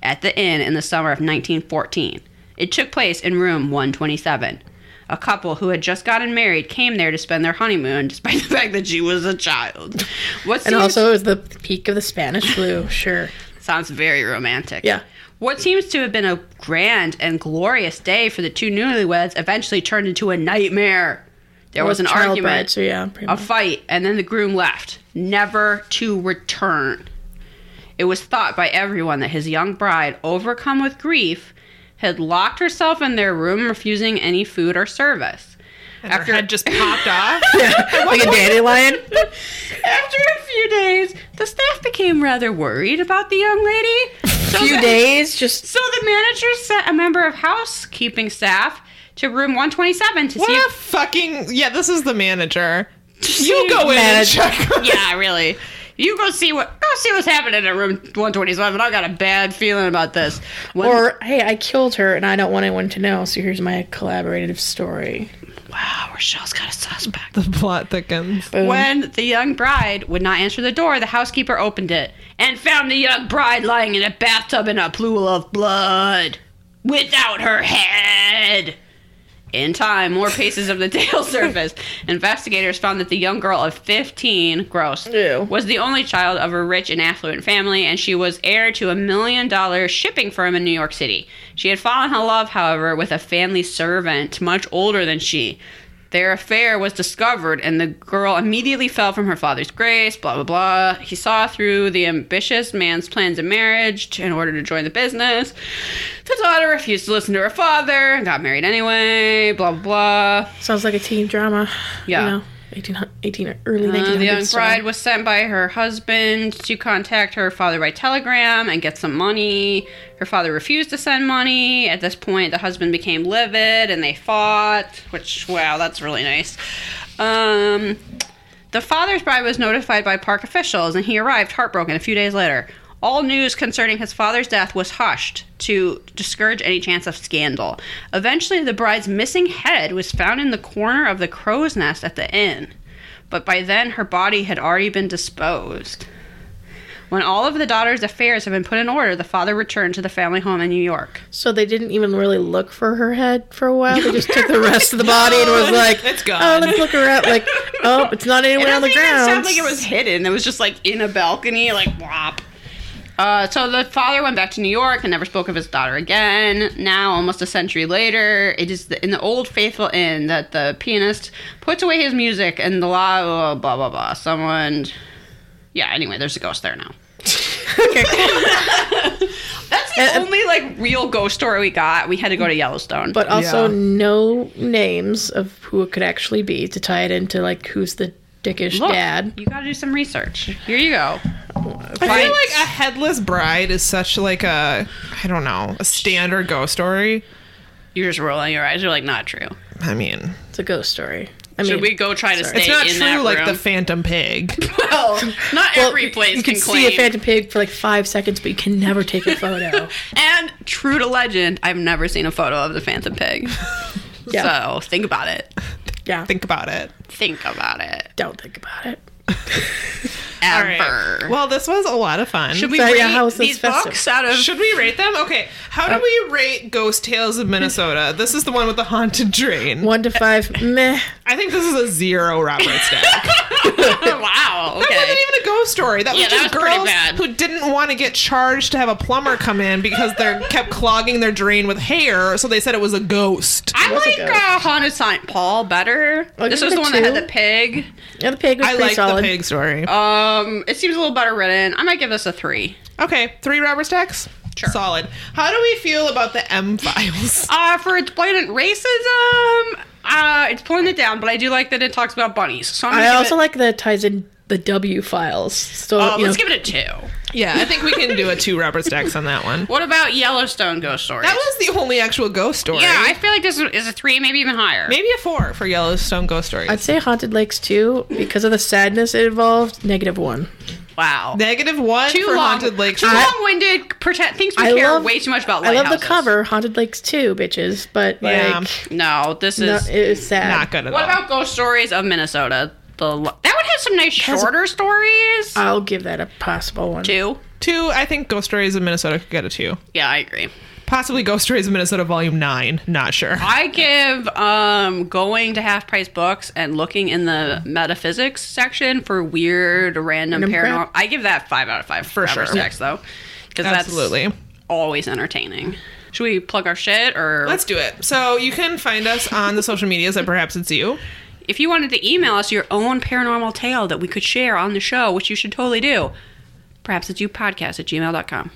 at the inn in the summer of 1914. It took place in room 127. A couple who had just gotten married came there to spend their honeymoon, despite *laughs* the fact that she was a child. What And seems- also, is the peak of the Spanish flu. Sure. Sounds very romantic. Yeah. What seems to have been a grand and glorious day for the two newlyweds eventually turned into a nightmare. There was an Child argument, bride, so yeah, pretty a much. fight, and then the groom left, never to return. It was thought by everyone that his young bride, overcome with grief, had locked herself in their room, refusing any food or service. Her head just popped *laughs* off. like a dandelion. *laughs* After a few days, the staff became rather worried about the young lady. So *laughs* few they- days, just So the manager sent a member of housekeeping staff to room 127 to see What a if. fucking yeah! This is the manager. You see go in and manager. check. *laughs* yeah, really. You go see what go see what's happening in room 127. I got a bad feeling about this. When- or hey, I killed her, and I don't want anyone to know. So here's my collaborative story. wow, Rochelle's got a suspect. The plot thickens. Boom. When the young bride would not answer the door, the housekeeper opened it and found the young bride lying in a bathtub in a pool of blood without her head. In time, more pieces of the tail *laughs* surfaced. Investigators found that the young girl of 15, gross, Ew. was the only child of a rich and affluent family, and she was heir to a million dollar shipping firm in New York City. She had fallen in love, however, with a family servant much older than she. Their affair was discovered, and the girl immediately fell from her father's grace. Blah, blah, blah. He saw through the ambitious man's plans of marriage t- in order to join the business. The daughter refused to listen to her father and got married anyway. Blah, blah, blah. Sounds like a teen drama. Yeah. You know, 18, 18 or early Uh, 1900s. the young style. bride was sent by her husband to contact her father by telegram and get some money. Her father refused to send money. At this point, the husband became livid and they fought, which, wow, that's really nice. Um, the father's bride was notified by park officials and he arrived heartbroken a few days later. All news concerning his father's death was hushed to discourage any chance of scandal. Eventually, the bride's missing head was found in the corner of the crow's nest at the inn but by then her body had already been disposed. When all of the daughter's affairs had been put in order, the father returned to the family home in New York. So they didn't even really look for her head for a while. They just *laughs* took the rest of the body and was like, It's gone. Oh, let's look her up. Like, oh, it's not anywhere on the ground. sounds like it was hidden. It was just like in a balcony, like whop. Uh, so the father went back to New York and never spoke of his daughter again. Now, almost a century later, it is the, in the old faithful inn that the pianist puts away his music and the law, blah, blah, blah. Someone. Yeah, anyway, there's a ghost there now. *laughs* That's the only like real ghost story we got. We had to go to Yellowstone. but also Yeah. no names of who it could actually be to tie it into like who's the dickish Look, dad. you got to do some research. Here you go. I feel Right. like a headless bride is such like a I don't know a standard ghost story. You're just rolling your eyes. You're like, not true. I mean, It's a ghost story. I mean, Should we go try to stay it's not in true that like the room? phantom pig. *laughs* well, *laughs* not well, every place you can, can see claim. a phantom pig for like five seconds, but you can never take *laughs* a photo. and true to legend, I've never seen a photo of the phantom pig. *laughs* Yeah, So think about it. yeah. Think about it. Think about it. Don't think about it. Ever. Well, this was a lot of fun. Should we So, read yeah, how is this these festive? books out *laughs* of? Should we rate them? Okay. How do we rate Ghost Tales of Minnesota? This is the one with the haunted drain. One to five, meh. I think this is a zero *laughs* Robert Stack. *laughs* wow. That wasn't Okay. even a ghost story. That was Yeah, that just was pretty girls bad. who didn't want to get charged to have a plumber come in because *laughs* they kept clogging their drain with hair, so they said it was a ghost. I was a like ghost. uh, Haunted Saint Paul better. I'll this give was it a the one that two. had the pig. Yeah, the pig was I pretty like solid. the pig story. Um, it seems a little better written. I might give this a three. okay, three Robert Stacks. Sure. Solid. How do we feel about the M Files? Uh, for its blatant racism, uh, it's pulling it down, but I do like that it talks about bunnies. So I'm gonna I give also it, like that it ties in the W files. So Uh, you know, let's give it a two. yeah, I think we can do a two Robert Stacks on that one. What about Yellowstone Ghost Story? *laughs* That was the only actual ghost story. yeah, I feel like this is a three, maybe even higher. maybe a four for Yellowstone Ghost Stories. I'd say Haunted Lakes too because of the sadness it involved. Negative one. Wow. Negative one Too for long. Haunted Lakes. Too long-winded. Pretend things we I care love- way too much about. I love the lighthouses. cover, Haunted Lakes too, bitches. But like, Yeah. No, this no, is. it was sad. Not good at what all. about Ghost Stories of Minnesota? The lo- that would have some nice a- shorter stories. I'll give that a possible one. Two. Two, I think Ghost Stories of Minnesota could get a two. Yeah, I agree. Possibly Ghost Stories of Minnesota Volume 9. Not sure. I give um, going to half price books and looking in the metaphysics section for weird, random, Random crap? paranormal. I give that five out of five for sure. Stacks, though, because Absolutely. that's always entertaining. Should we plug our shit or Let's do it. So you can find us on the social medias at Perhaps It's You. if you wanted to email us your own paranormal tale that we could share on the show, which you should totally do, perhaps it's you podcast at gmail.com.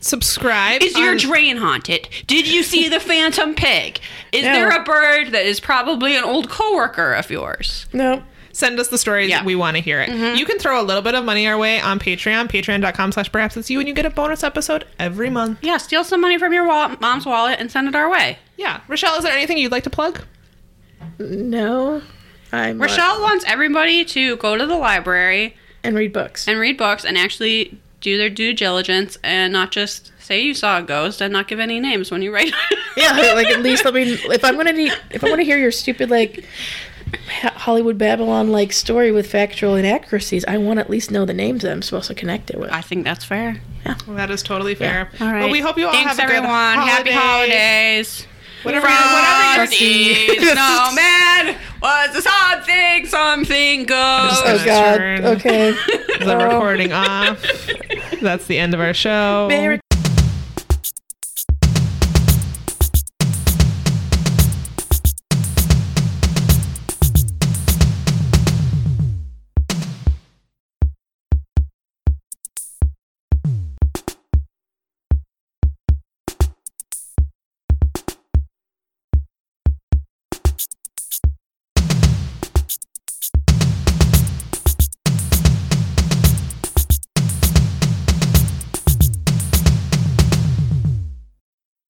Subscribe. Is your on- drain haunted? Did you see the phantom pig? Is No. there a bird that is probably an old coworker of yours? No. Send us the stories. Yeah. We want to hear it. You can throw a little bit of money our way on Patreon, patreon.com slash perhaps it's you, and you get a bonus episode every month. Yeah, steal some money from your wall- mom's wallet and send it our way. Yeah. Rochelle, is there anything you'd like to plug? No. I'm Rochelle Rochelle wants everybody to go to the library and read books. and read books and actually do their due diligence and not just say you saw a ghost and not give any names when you write. *laughs* yeah, like at least let me if I'm gonna need if I wanna hear your stupid like Ho- Hollywood Babylon like story with factual inaccuracies, I wanna at least know the names that I'm supposed to connect it with. I think that's fair. That is totally fair. All right. Well, we hope you all Thanks, have a everyone. good Happy holidays. Whatever. From whatever whatever you're- you *laughs* *laughs* Snowman was a something, something goes. It's Oh my god. turn. *laughs* Okay. the recording off. That's the end of our show. Merry